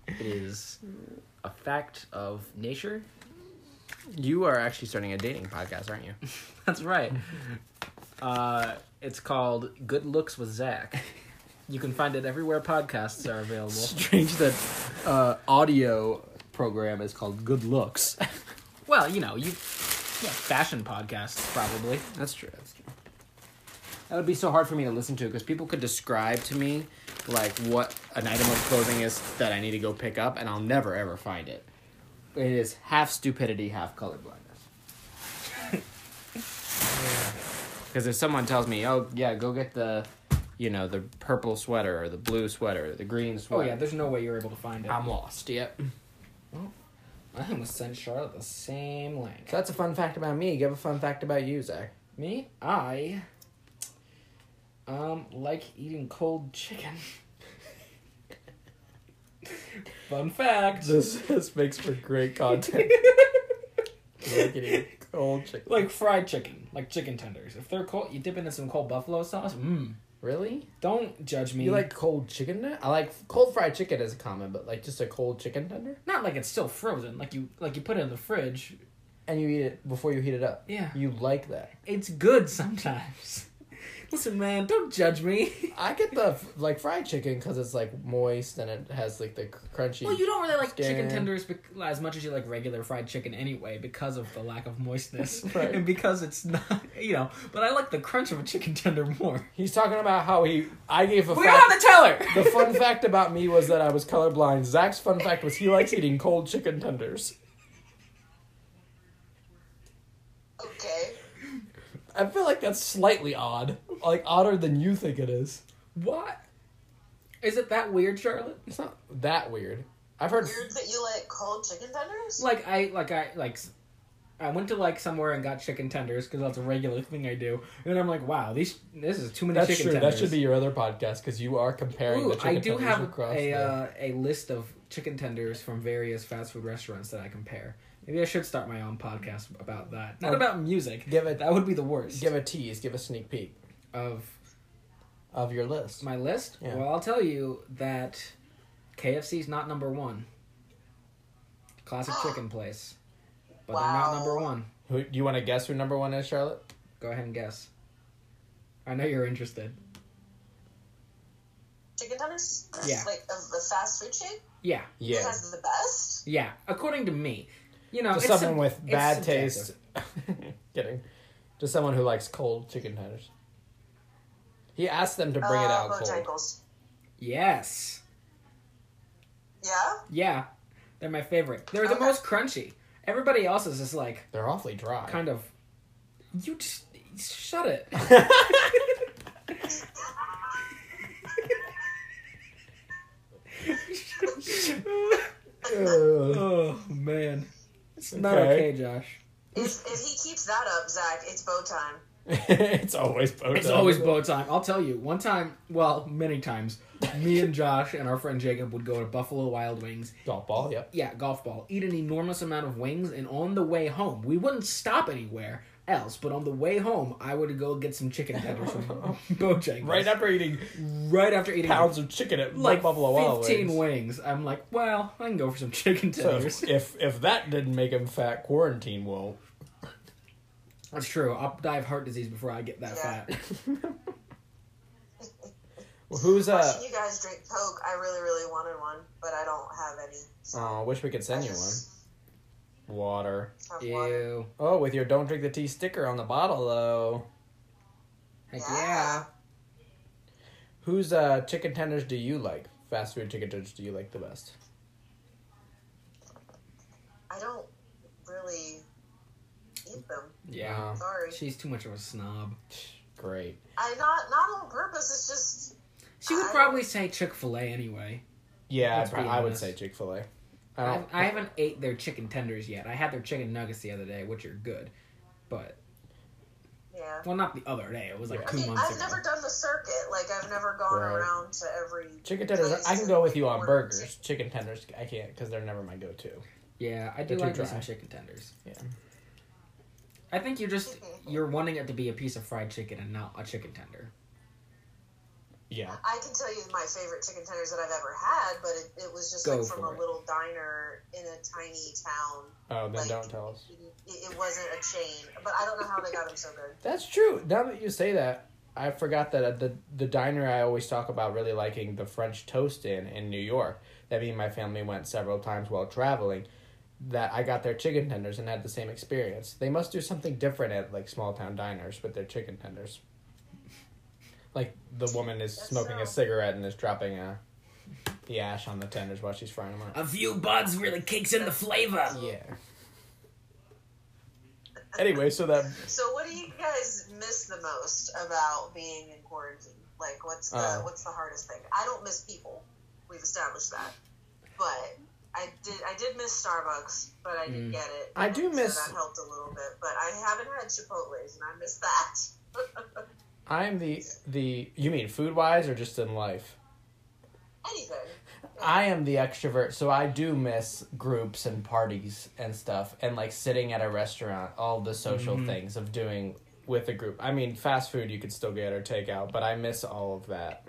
[SPEAKER 2] it is a fact of nature.
[SPEAKER 1] you are actually starting a dating podcast aren't you
[SPEAKER 2] That's right. Uh, it's called Good Looks with Zach. You can find it everywhere podcasts are available.
[SPEAKER 1] strange that uh, audio program is called good looks
[SPEAKER 2] Well, you know, you yeah, fashion podcasts probably.
[SPEAKER 1] That's true. That's true. That would be so hard for me to listen to because people could describe to me like what an item of clothing is that I need to go pick up, and I'll never ever find it. It is half stupidity, half colorblindness. Because if someone tells me, "Oh yeah, go get the, you know, the purple sweater or the blue sweater or the green
[SPEAKER 2] Oh
[SPEAKER 1] sweater,"
[SPEAKER 2] yeah, there's no way you're able to find it.
[SPEAKER 1] I'm lost. Yep.
[SPEAKER 2] I almost sent Charlotte the same link.
[SPEAKER 1] That's a fun fact about me. Give a fun fact about you, Zach.
[SPEAKER 2] Me? I Um, like eating cold chicken. Fun fact.
[SPEAKER 1] This this makes for great content. Like eating cold chicken.
[SPEAKER 2] like fried chicken, like chicken tenders. If they're cold, you dip it in some cold buffalo sauce. Mmm.
[SPEAKER 1] Really?
[SPEAKER 2] Don't judge me.
[SPEAKER 1] You like cold chicken? now? I like cold fried chicken is common, but like just a cold chicken tender,
[SPEAKER 2] not like it's still frozen. Like you like you put it in the fridge.
[SPEAKER 1] and you eat it before you heat it up.
[SPEAKER 2] Yeah.
[SPEAKER 1] You like that?
[SPEAKER 2] It's good sometimes. Listen, man, don't judge me.
[SPEAKER 1] I get the f- like fried chicken because it's like moist and it has like the cr- crunchy.
[SPEAKER 2] well, you don't really like chicken
[SPEAKER 1] Scan.
[SPEAKER 2] tenders bec- as much as you like regular fried chicken anyway because of the lack of moistness
[SPEAKER 1] Right.
[SPEAKER 2] and because it's not, you know, but I like the crunch of a chicken tender more.
[SPEAKER 1] He's talking about how he. I gave a.
[SPEAKER 2] We don't
[SPEAKER 1] fact-
[SPEAKER 2] have to tell her.
[SPEAKER 1] the fun fact about me was that I was colorblind. Zach's fun fact was he likes eating cold chicken tenders.
[SPEAKER 3] Okay.
[SPEAKER 1] I feel like that's slightly odd, like odder than you think it is.
[SPEAKER 2] What? Is it that weird, Charlotte?
[SPEAKER 1] It's not that weird. I've heard.
[SPEAKER 3] Weird that you like cold chicken tenders?
[SPEAKER 2] Like I like I like s- I went to like somewhere and got chicken tenders because that's a regular thing I do. And then I'm like, wow, these this is too many
[SPEAKER 1] That's
[SPEAKER 2] chicken
[SPEAKER 1] true.
[SPEAKER 2] tenders.
[SPEAKER 1] That should be your other podcast because you are comparing
[SPEAKER 2] Ooh,
[SPEAKER 1] the chicken
[SPEAKER 2] I do
[SPEAKER 1] tenders
[SPEAKER 2] have
[SPEAKER 1] across.
[SPEAKER 2] a
[SPEAKER 1] the-
[SPEAKER 2] uh, a list of chicken tenders from various fast food restaurants that I compare. Maybe I should start my own podcast about that. Not
[SPEAKER 1] Or-
[SPEAKER 2] about music.
[SPEAKER 1] give it-
[SPEAKER 2] That would be the worst
[SPEAKER 1] give a tease, give a sneak peek
[SPEAKER 2] of
[SPEAKER 1] of your list.
[SPEAKER 2] my list.
[SPEAKER 1] Yeah.
[SPEAKER 2] Well, I'll tell you that KFC's not number one. Classic chicken place, but they're not
[SPEAKER 3] Wow.
[SPEAKER 2] number one.
[SPEAKER 1] Who do you want to guess who number one is, Charlotte?
[SPEAKER 2] Go ahead and guess. I know you're interested.
[SPEAKER 3] chicken tenders?
[SPEAKER 2] Yeah.
[SPEAKER 3] Like a, a fast food chain?
[SPEAKER 2] Yeah,
[SPEAKER 3] It
[SPEAKER 1] Yeah,
[SPEAKER 3] has the best?
[SPEAKER 2] yeah. According to me, you know,
[SPEAKER 1] to
[SPEAKER 2] it's
[SPEAKER 1] someone
[SPEAKER 2] sub-
[SPEAKER 1] with
[SPEAKER 2] it's
[SPEAKER 1] bad
[SPEAKER 2] subjective.
[SPEAKER 1] taste. Kidding. To someone who likes cold chicken tenders. He asked them to bring it
[SPEAKER 3] uh,
[SPEAKER 1] out cold.
[SPEAKER 3] Bojangles.
[SPEAKER 2] Yes.
[SPEAKER 3] Yeah?
[SPEAKER 2] Yeah, they're my favorite. They're the
[SPEAKER 3] Okay.
[SPEAKER 2] most crunchy. Everybody else is just like
[SPEAKER 1] They're awfully dry.
[SPEAKER 2] kind of. You just shut it. oh man, it's not okay,
[SPEAKER 1] Okay.
[SPEAKER 2] Josh.
[SPEAKER 3] If, if he keeps that up, Zach, it's bow time.
[SPEAKER 1] it's always both.
[SPEAKER 2] It's always bow time. I'll tell you, one time, well, many times, me and Josh and our friend Jacob would go to Buffalo Wild Wings
[SPEAKER 1] Golf ball, yep.
[SPEAKER 2] yeah, golf ball, eat an enormous amount of wings, and on the way home, we wouldn't stop anywhere else, but on the way home, I would go get some chicken tenders from Bojangles.
[SPEAKER 1] Right after eating
[SPEAKER 2] right after eating
[SPEAKER 1] pounds of chicken at
[SPEAKER 2] like
[SPEAKER 1] Buffalo Wild
[SPEAKER 2] 15
[SPEAKER 1] Wings.
[SPEAKER 2] wings. I'm like, well, I can go for some chicken
[SPEAKER 1] So
[SPEAKER 2] tenders.
[SPEAKER 1] if, if if that didn't make him fat, quarantine won't.
[SPEAKER 2] That's true. I'll die of heart disease before I get that
[SPEAKER 3] Yeah.
[SPEAKER 2] fat.
[SPEAKER 1] Well, who's uh?
[SPEAKER 3] Watching you guys drink Coke, I really, really wanted one, but I don't have any. So
[SPEAKER 1] Oh, I wish we could
[SPEAKER 3] I
[SPEAKER 1] send you one.
[SPEAKER 3] just
[SPEAKER 1] Water.
[SPEAKER 3] have water.
[SPEAKER 2] Ew.
[SPEAKER 1] Oh, with your "Don't drink the tea" sticker on the bottle though.
[SPEAKER 2] Heck
[SPEAKER 3] Yeah.
[SPEAKER 2] yeah.
[SPEAKER 1] Whose uh chicken tenders do you like? Fast food chicken tenders do you like the best?
[SPEAKER 3] I don't really eat them.
[SPEAKER 2] Yeah.
[SPEAKER 3] Sorry.
[SPEAKER 2] She's too much of a snob.
[SPEAKER 1] Great.
[SPEAKER 3] I not not on purpose. It's just
[SPEAKER 2] She would
[SPEAKER 3] I-
[SPEAKER 2] probably say Chick fil A anyway.
[SPEAKER 1] Yeah,
[SPEAKER 2] Let's
[SPEAKER 1] I, prob-
[SPEAKER 2] be
[SPEAKER 1] I would
[SPEAKER 2] honest.
[SPEAKER 1] say Chick Fil A. I
[SPEAKER 3] Oh.
[SPEAKER 2] I,
[SPEAKER 1] don't.
[SPEAKER 2] I haven't ate their chicken tenders yet. I had their chicken nuggets the other day, which are good. But
[SPEAKER 3] yeah.
[SPEAKER 2] Well, not the other day. It was like
[SPEAKER 1] Yeah.
[SPEAKER 3] I
[SPEAKER 2] two
[SPEAKER 3] mean,
[SPEAKER 2] months
[SPEAKER 3] I've
[SPEAKER 2] ago.
[SPEAKER 3] never done the circuit. Like I've never gone
[SPEAKER 1] Right.
[SPEAKER 3] around to every.
[SPEAKER 1] Chicken tenders.
[SPEAKER 3] Please.
[SPEAKER 1] I can go with you on burgers. Chicken tenders. I can't because they're never my go-to.
[SPEAKER 2] Yeah, I do
[SPEAKER 1] They're too
[SPEAKER 2] like me
[SPEAKER 1] dry.
[SPEAKER 2] some chicken tenders.
[SPEAKER 1] Yeah.
[SPEAKER 2] I think you're just you're wanting it to be a piece of fried chicken and not a chicken tender.
[SPEAKER 1] Yeah.
[SPEAKER 3] I can tell you my favorite chicken tenders that I've ever had, but it, it was just
[SPEAKER 2] Go
[SPEAKER 3] like from
[SPEAKER 2] for
[SPEAKER 3] a
[SPEAKER 2] it.
[SPEAKER 3] little diner in a tiny town.
[SPEAKER 1] Oh, then
[SPEAKER 3] Like-
[SPEAKER 1] don't tell us.
[SPEAKER 3] It, it wasn't a chain, but I don't know how they got them so good.
[SPEAKER 1] That's true. Now that you say that, I forgot that at the the diner I always talk about really liking the French toast in in New York. That me and my family went several times while traveling. That I got their chicken tenders and had the same experience. They must do something different at like small town diners with their chicken tenders. Like the woman is
[SPEAKER 3] That's
[SPEAKER 1] smoking a
[SPEAKER 3] so-
[SPEAKER 1] cigarette and is dropping a the ash on the tenders while she's frying them up.
[SPEAKER 2] A few buds really kicks in the flavor.
[SPEAKER 1] Yeah. Anyway, so that
[SPEAKER 3] So, what do you guys miss the most about being in quarantine? Like, what's the
[SPEAKER 1] Uh.
[SPEAKER 3] what's the hardest thing? I don't miss people. We've established that, but I did I did miss Starbucks, but I didn't
[SPEAKER 2] Mm.
[SPEAKER 3] get it.
[SPEAKER 1] I do
[SPEAKER 3] So
[SPEAKER 1] miss-
[SPEAKER 3] that helped a little bit, but I haven't had Chipotle's, and I miss that.
[SPEAKER 1] I'm the the you mean food wise or just in life?
[SPEAKER 3] Anything.
[SPEAKER 1] I am the extrovert, so I do miss groups and parties and stuff, and like sitting at a restaurant, all the social
[SPEAKER 2] Mhm.
[SPEAKER 1] things of doing with a group. I mean, fast food you could still get or take out, but I miss all of that.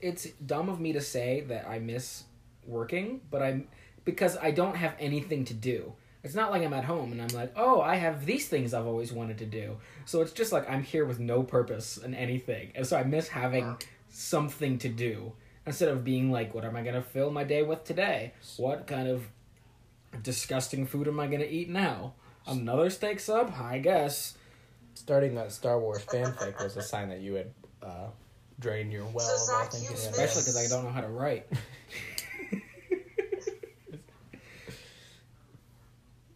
[SPEAKER 2] it's dumb of me to say that I miss working, but I'm because I don't have anything to do. It's not like I'm at home and I'm like, oh, I have these things I've always wanted to do. So it's just like I'm here with no purpose and anything, and so I miss having something to do instead of being like, what am I gonna fill my day with today? What kind of disgusting food am I gonna eat now? Another steak sub? I guess.
[SPEAKER 1] Starting that Star Wars fanfic was a sign that you had uh, drained your well.
[SPEAKER 3] So,
[SPEAKER 1] of all
[SPEAKER 3] Zach, you
[SPEAKER 1] thinking.
[SPEAKER 3] miss-
[SPEAKER 2] Especially because I don't know how to write.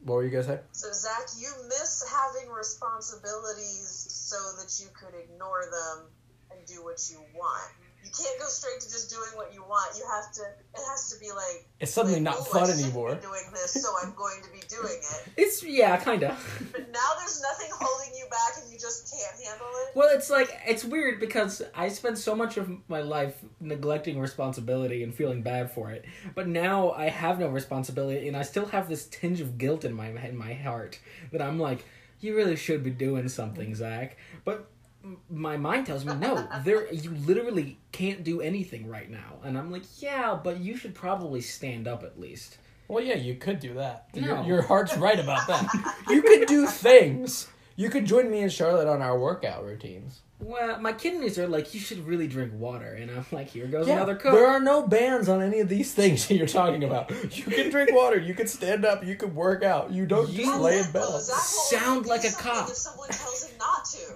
[SPEAKER 1] What were you gonna say?
[SPEAKER 3] So, Zach, you miss having responsibilities so that you could ignore them and do what you want. You can't go straight to just doing what you want. You have to, it has to be like,
[SPEAKER 1] It's suddenly
[SPEAKER 3] like,
[SPEAKER 1] not
[SPEAKER 3] "Oh, I
[SPEAKER 1] fun
[SPEAKER 3] shouldn't be
[SPEAKER 1] anymore.
[SPEAKER 3] doing this, so I'm going to be doing it.
[SPEAKER 2] It's yeah, kind of.
[SPEAKER 3] But now there's nothing holding you back and you just can't handle it.
[SPEAKER 2] Well, it's like it's weird because I spent so much of my life neglecting responsibility and feeling bad for it, but now I have no responsibility, and I still have this tinge of guilt in my in my heart that I'm like, you really should be doing something, Zach. But m- my mind tells me no, there you literally can't do anything right now, and I'm like, yeah, but you should probably stand up at least.
[SPEAKER 1] Well, yeah, you could do that.
[SPEAKER 2] No.
[SPEAKER 1] Your, your heart's right about that. you could do things. You could join me and Charlotte on our workout routines.
[SPEAKER 2] Well, my kidneys are like, you should really drink water, and I'm like, here goes another cup.
[SPEAKER 1] There are no bans on any of these things that you're talking about. You can drink water, you can stand up, you can work out. You don't just
[SPEAKER 3] That's
[SPEAKER 1] lay
[SPEAKER 3] it,
[SPEAKER 1] in
[SPEAKER 3] though.
[SPEAKER 1] bed.
[SPEAKER 3] Zach will only
[SPEAKER 2] Sound
[SPEAKER 3] do
[SPEAKER 2] like a
[SPEAKER 3] something
[SPEAKER 2] cop.
[SPEAKER 3] If someone tells him not to.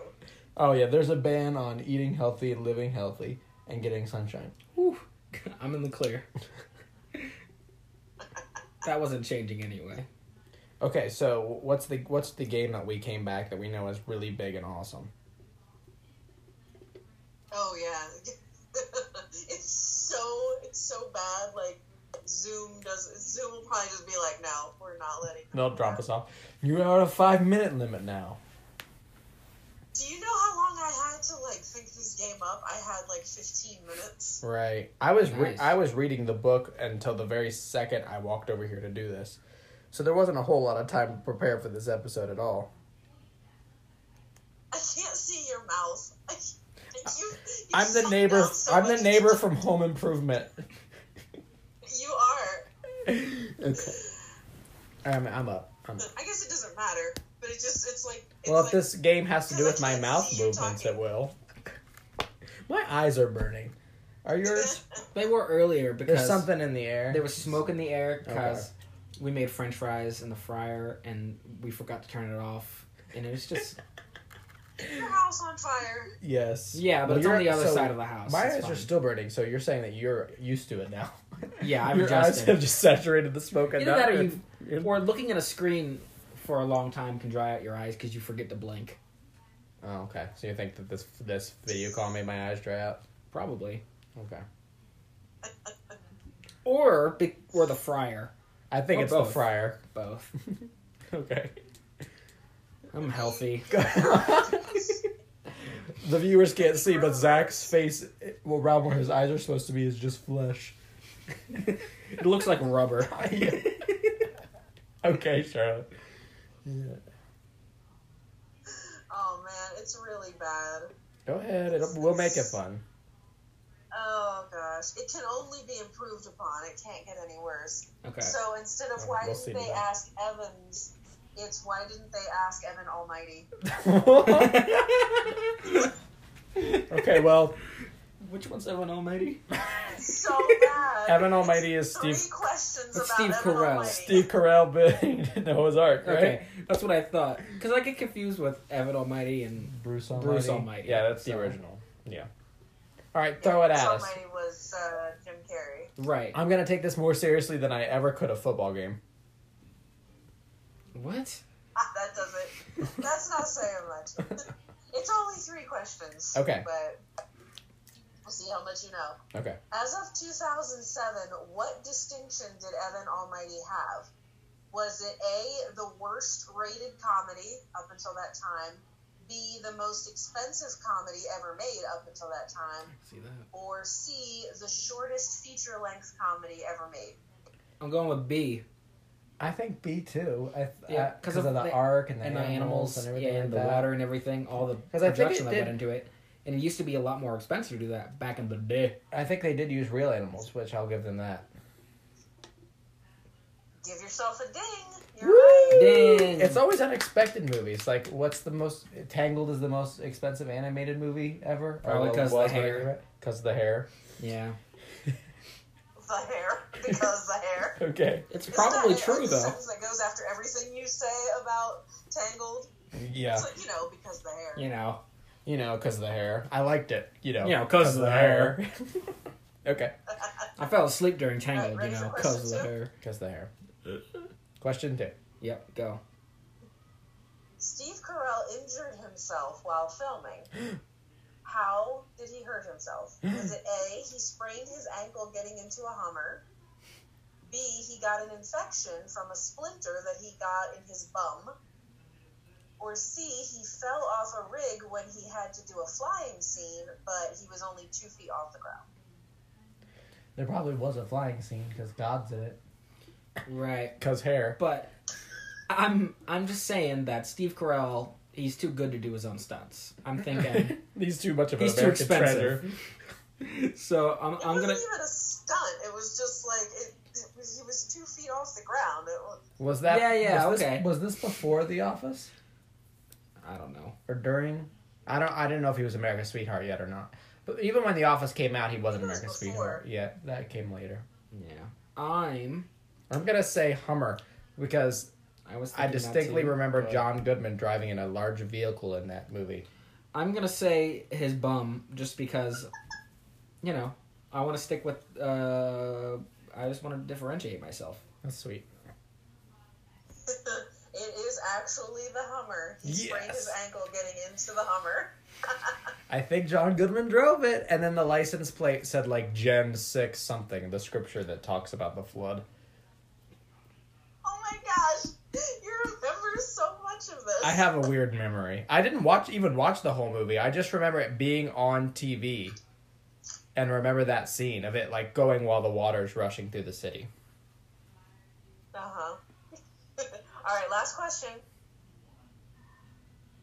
[SPEAKER 1] Oh yeah, there's a ban on eating healthy and living healthy and getting sunshine.
[SPEAKER 2] Whew. I'm in the clear. that wasn't changing anyway.
[SPEAKER 1] Okay, so what's the what's the game that we came back that we know is really big and awesome?
[SPEAKER 3] Oh yeah, it's so it's so bad. Like Zoom does. Zoom will probably just be like, no, we're not letting.
[SPEAKER 1] They'll drop us off. You are at a five minute limit now.
[SPEAKER 3] Do you know how long I had to like think this game up? I had like 15 minutes.
[SPEAKER 1] Right. I was re-
[SPEAKER 2] Nice.
[SPEAKER 1] I was reading the book until the very second I walked over here to do this. So there wasn't a whole lot of time to prepare for this episode at all.
[SPEAKER 3] I can't see your mouth. I, you, you
[SPEAKER 1] I'm the
[SPEAKER 3] suck
[SPEAKER 1] neighbor
[SPEAKER 3] down so
[SPEAKER 1] I'm the
[SPEAKER 3] much.
[SPEAKER 1] neighbor from Home Improvement.
[SPEAKER 3] You are.
[SPEAKER 1] okay. I'm I'm up. I'm up.
[SPEAKER 3] I guess it doesn't matter, but it just it's like. It's
[SPEAKER 1] Well, if
[SPEAKER 3] like,
[SPEAKER 1] this game has to do with my
[SPEAKER 3] Because I
[SPEAKER 1] mouth
[SPEAKER 3] see you
[SPEAKER 1] movements, it
[SPEAKER 3] talking.
[SPEAKER 1] will. My eyes are burning. Are yours?
[SPEAKER 2] They were earlier because
[SPEAKER 1] There's something in the air.
[SPEAKER 2] there was smoke in the air because we made french fries in the fryer and we forgot to turn it off. And it was just.
[SPEAKER 3] your house on fire.
[SPEAKER 1] Yes.
[SPEAKER 2] Yeah, but
[SPEAKER 1] Well,
[SPEAKER 2] it's on
[SPEAKER 1] you're-
[SPEAKER 2] the other
[SPEAKER 1] so
[SPEAKER 2] side of the house.
[SPEAKER 1] My
[SPEAKER 2] It's
[SPEAKER 1] eyes
[SPEAKER 2] fine.
[SPEAKER 1] are still burning, so you're saying that you're used to it now.
[SPEAKER 2] Yeah, I've
[SPEAKER 1] Your eyes
[SPEAKER 2] adjusted.
[SPEAKER 1] have just saturated the smoke
[SPEAKER 2] Either
[SPEAKER 1] enough.
[SPEAKER 2] that or
[SPEAKER 1] and-
[SPEAKER 2] you. Or looking at a screen for a long time can dry out your eyes because you forget to blink.
[SPEAKER 1] Oh, okay. So you think that this this video call made my eyes dry out?
[SPEAKER 2] Probably.
[SPEAKER 1] Okay.
[SPEAKER 2] Or, be- or the fryer.
[SPEAKER 1] I think
[SPEAKER 2] Or
[SPEAKER 1] it's the
[SPEAKER 2] both.
[SPEAKER 1] fryer.
[SPEAKER 2] Both.
[SPEAKER 1] Okay.
[SPEAKER 2] I'm healthy.
[SPEAKER 1] the viewers can't see, but Zach's face, well, around where his eyes are supposed to be, is just flesh.
[SPEAKER 2] It looks like rubber.
[SPEAKER 1] okay, Charlotte. Yeah.
[SPEAKER 3] Oh man, it's really bad.
[SPEAKER 1] Go ahead. It'll, we'll make it fun.
[SPEAKER 3] Oh gosh, it can only be improved upon. It can't get any worse.
[SPEAKER 2] Okay.
[SPEAKER 3] So instead of
[SPEAKER 1] Well,
[SPEAKER 3] why
[SPEAKER 1] we'll see
[SPEAKER 3] didn't they
[SPEAKER 1] now.
[SPEAKER 3] ask Evans, it's why didn't they ask Evan Almighty?
[SPEAKER 1] okay, well,
[SPEAKER 2] Which one's Evan Almighty?
[SPEAKER 3] It's so bad.
[SPEAKER 1] Evan Almighty is
[SPEAKER 3] Three
[SPEAKER 1] Steve
[SPEAKER 3] questions about
[SPEAKER 2] It's Steve
[SPEAKER 3] Evan
[SPEAKER 2] Carell.
[SPEAKER 3] Almighty.
[SPEAKER 1] Steve Carell building Noah's Ark, right?
[SPEAKER 2] Okay, that's what I thought. Because I get confused with Evan Almighty and
[SPEAKER 1] Bruce Almighty.
[SPEAKER 2] Bruce Almighty.
[SPEAKER 1] Yeah, that's the
[SPEAKER 2] So-
[SPEAKER 1] original. Yeah. All right, throw it
[SPEAKER 3] Evan
[SPEAKER 1] at us.
[SPEAKER 3] Almighty was uh, Jim Carrey.
[SPEAKER 2] right.
[SPEAKER 1] I'm gonna take this more seriously than I ever could a football game.
[SPEAKER 2] What?
[SPEAKER 3] Ah, that doesn't. That's not saying much. it's only three questions.
[SPEAKER 1] Okay.
[SPEAKER 3] But we'll see how much you know.
[SPEAKER 1] Okay.
[SPEAKER 3] As of 2007, what distinction did Evan Almighty have? Was it A, the worst rated comedy up until that time, B, be the most expensive comedy ever made up until that time,
[SPEAKER 2] See that?
[SPEAKER 3] or C, the shortest feature length comedy ever made.
[SPEAKER 2] I'm going with B.
[SPEAKER 1] I think B too. I, yeah,
[SPEAKER 2] Yeah,
[SPEAKER 1] because of, the, arc and the animals, and everything
[SPEAKER 2] yeah,
[SPEAKER 1] like
[SPEAKER 2] and the
[SPEAKER 1] that.
[SPEAKER 2] water and everything, all the
[SPEAKER 1] 'Cause I think it
[SPEAKER 2] production that
[SPEAKER 1] did-
[SPEAKER 2] went into it. And it used to be a lot more expensive to do that back in the day.
[SPEAKER 1] I think they did use real animals, which I'll give them that.
[SPEAKER 3] Give yourself a ding. You're right.
[SPEAKER 2] Dang.
[SPEAKER 1] It's always unexpected movies. Like, what's the most Tangled is the most expensive animated movie ever?
[SPEAKER 2] Probably 'cause the hair.
[SPEAKER 1] Because the hair.
[SPEAKER 2] Yeah,
[SPEAKER 3] The hair, because the hair.
[SPEAKER 1] Okay.
[SPEAKER 2] it's
[SPEAKER 3] Isn't that
[SPEAKER 2] probably
[SPEAKER 3] like
[SPEAKER 2] true
[SPEAKER 3] the
[SPEAKER 2] though.
[SPEAKER 3] sentence That goes after everything you say about Tangled.
[SPEAKER 1] Yeah.
[SPEAKER 3] It's like you know because the hair.
[SPEAKER 2] You know,
[SPEAKER 1] You know, because the hair. I liked it. You know.
[SPEAKER 2] You know, 'cause of the
[SPEAKER 1] okay.
[SPEAKER 2] I fell asleep during
[SPEAKER 3] Alright,
[SPEAKER 2] Tangled,
[SPEAKER 3] ready
[SPEAKER 2] you know,
[SPEAKER 3] for
[SPEAKER 2] because
[SPEAKER 3] question
[SPEAKER 2] of the
[SPEAKER 3] two?
[SPEAKER 2] hair.
[SPEAKER 1] Because the hair. Question two.
[SPEAKER 2] Yep, go.
[SPEAKER 3] Steve Carell injured himself while filming. How did he hurt himself? Is it A, he sprained his ankle getting into a Hummer? B, he got an infection from a splinter that he got in his bum? Or C, he fell off a rig when he had to do a flying scene, but he was only two feet off the ground?
[SPEAKER 1] There probably was a flying scene because God's in it.
[SPEAKER 2] Right,
[SPEAKER 1] Because hair.
[SPEAKER 2] but I'm I'm just saying that Steve Carell, he's too good to do his own stunts. I'm thinking
[SPEAKER 1] He's too much of an
[SPEAKER 2] he's too
[SPEAKER 1] American
[SPEAKER 2] expensive.
[SPEAKER 1] treasure.
[SPEAKER 2] so I'm
[SPEAKER 3] It
[SPEAKER 2] I'm
[SPEAKER 3] wasn't
[SPEAKER 2] gonna
[SPEAKER 3] even a stunt. It was just like it, it was, he was two feet off the ground. It was,
[SPEAKER 1] Was that?
[SPEAKER 2] Yeah, yeah,
[SPEAKER 1] was this-
[SPEAKER 2] okay.
[SPEAKER 1] was this before The Office
[SPEAKER 2] I don't know.
[SPEAKER 1] or during? I don't. I didn't know if he was America's Sweetheart yet or not. But even when The Office came out, he wasn't
[SPEAKER 3] He was
[SPEAKER 1] America's
[SPEAKER 3] before.
[SPEAKER 1] Sweetheart yet. That came later.
[SPEAKER 2] Yeah. I'm
[SPEAKER 1] I'm gonna say Hummer because
[SPEAKER 2] I was
[SPEAKER 1] I
[SPEAKER 2] thinking that
[SPEAKER 1] distinctly
[SPEAKER 2] too,
[SPEAKER 1] remember
[SPEAKER 2] but-
[SPEAKER 1] John Goodman driving in a large vehicle in that movie.
[SPEAKER 2] I'm gonna say his bum just because, you know, I want to stick with. Uh, I just want to differentiate myself.
[SPEAKER 1] That's sweet.
[SPEAKER 3] it is actually the Hummer. He sprained his
[SPEAKER 1] Yes.
[SPEAKER 3] ankle getting into the Hummer.
[SPEAKER 1] I think John Goodman drove it, and then the license plate said like Gen Six something, the scripture that talks about the flood.
[SPEAKER 3] Oh my gosh, you remember so much of this.
[SPEAKER 1] I have a weird memory. I didn't watch even watch the whole movie. I just remember it being on TV, and remember that scene of it like going while the water's rushing through the city.
[SPEAKER 3] Uh huh. All right, last question.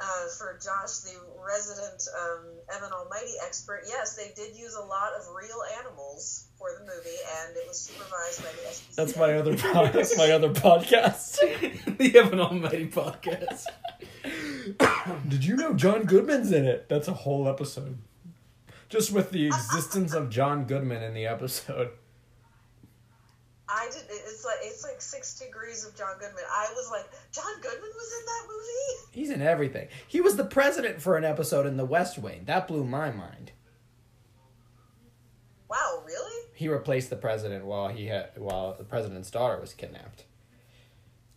[SPEAKER 3] Uh, for Josh, the resident um, Evan Almighty expert, yes, they did use a lot of real animals for the movie, and it was supervised by the SPCA.
[SPEAKER 1] That's my other. pod- that's my other podcast.
[SPEAKER 2] the Evan Almighty podcast.
[SPEAKER 1] Did you know John Goodman's in it? That's a whole episode. Just with the existence of John Goodman in the episode.
[SPEAKER 3] I did. It's like it's like six degrees of John Goodman. I was like, John Goodman was in that movie.
[SPEAKER 1] He's in everything. He was the president for an episode in The West Wing. That blew my mind.
[SPEAKER 3] Wow, really?
[SPEAKER 1] He replaced the president while he had while the president's daughter was kidnapped.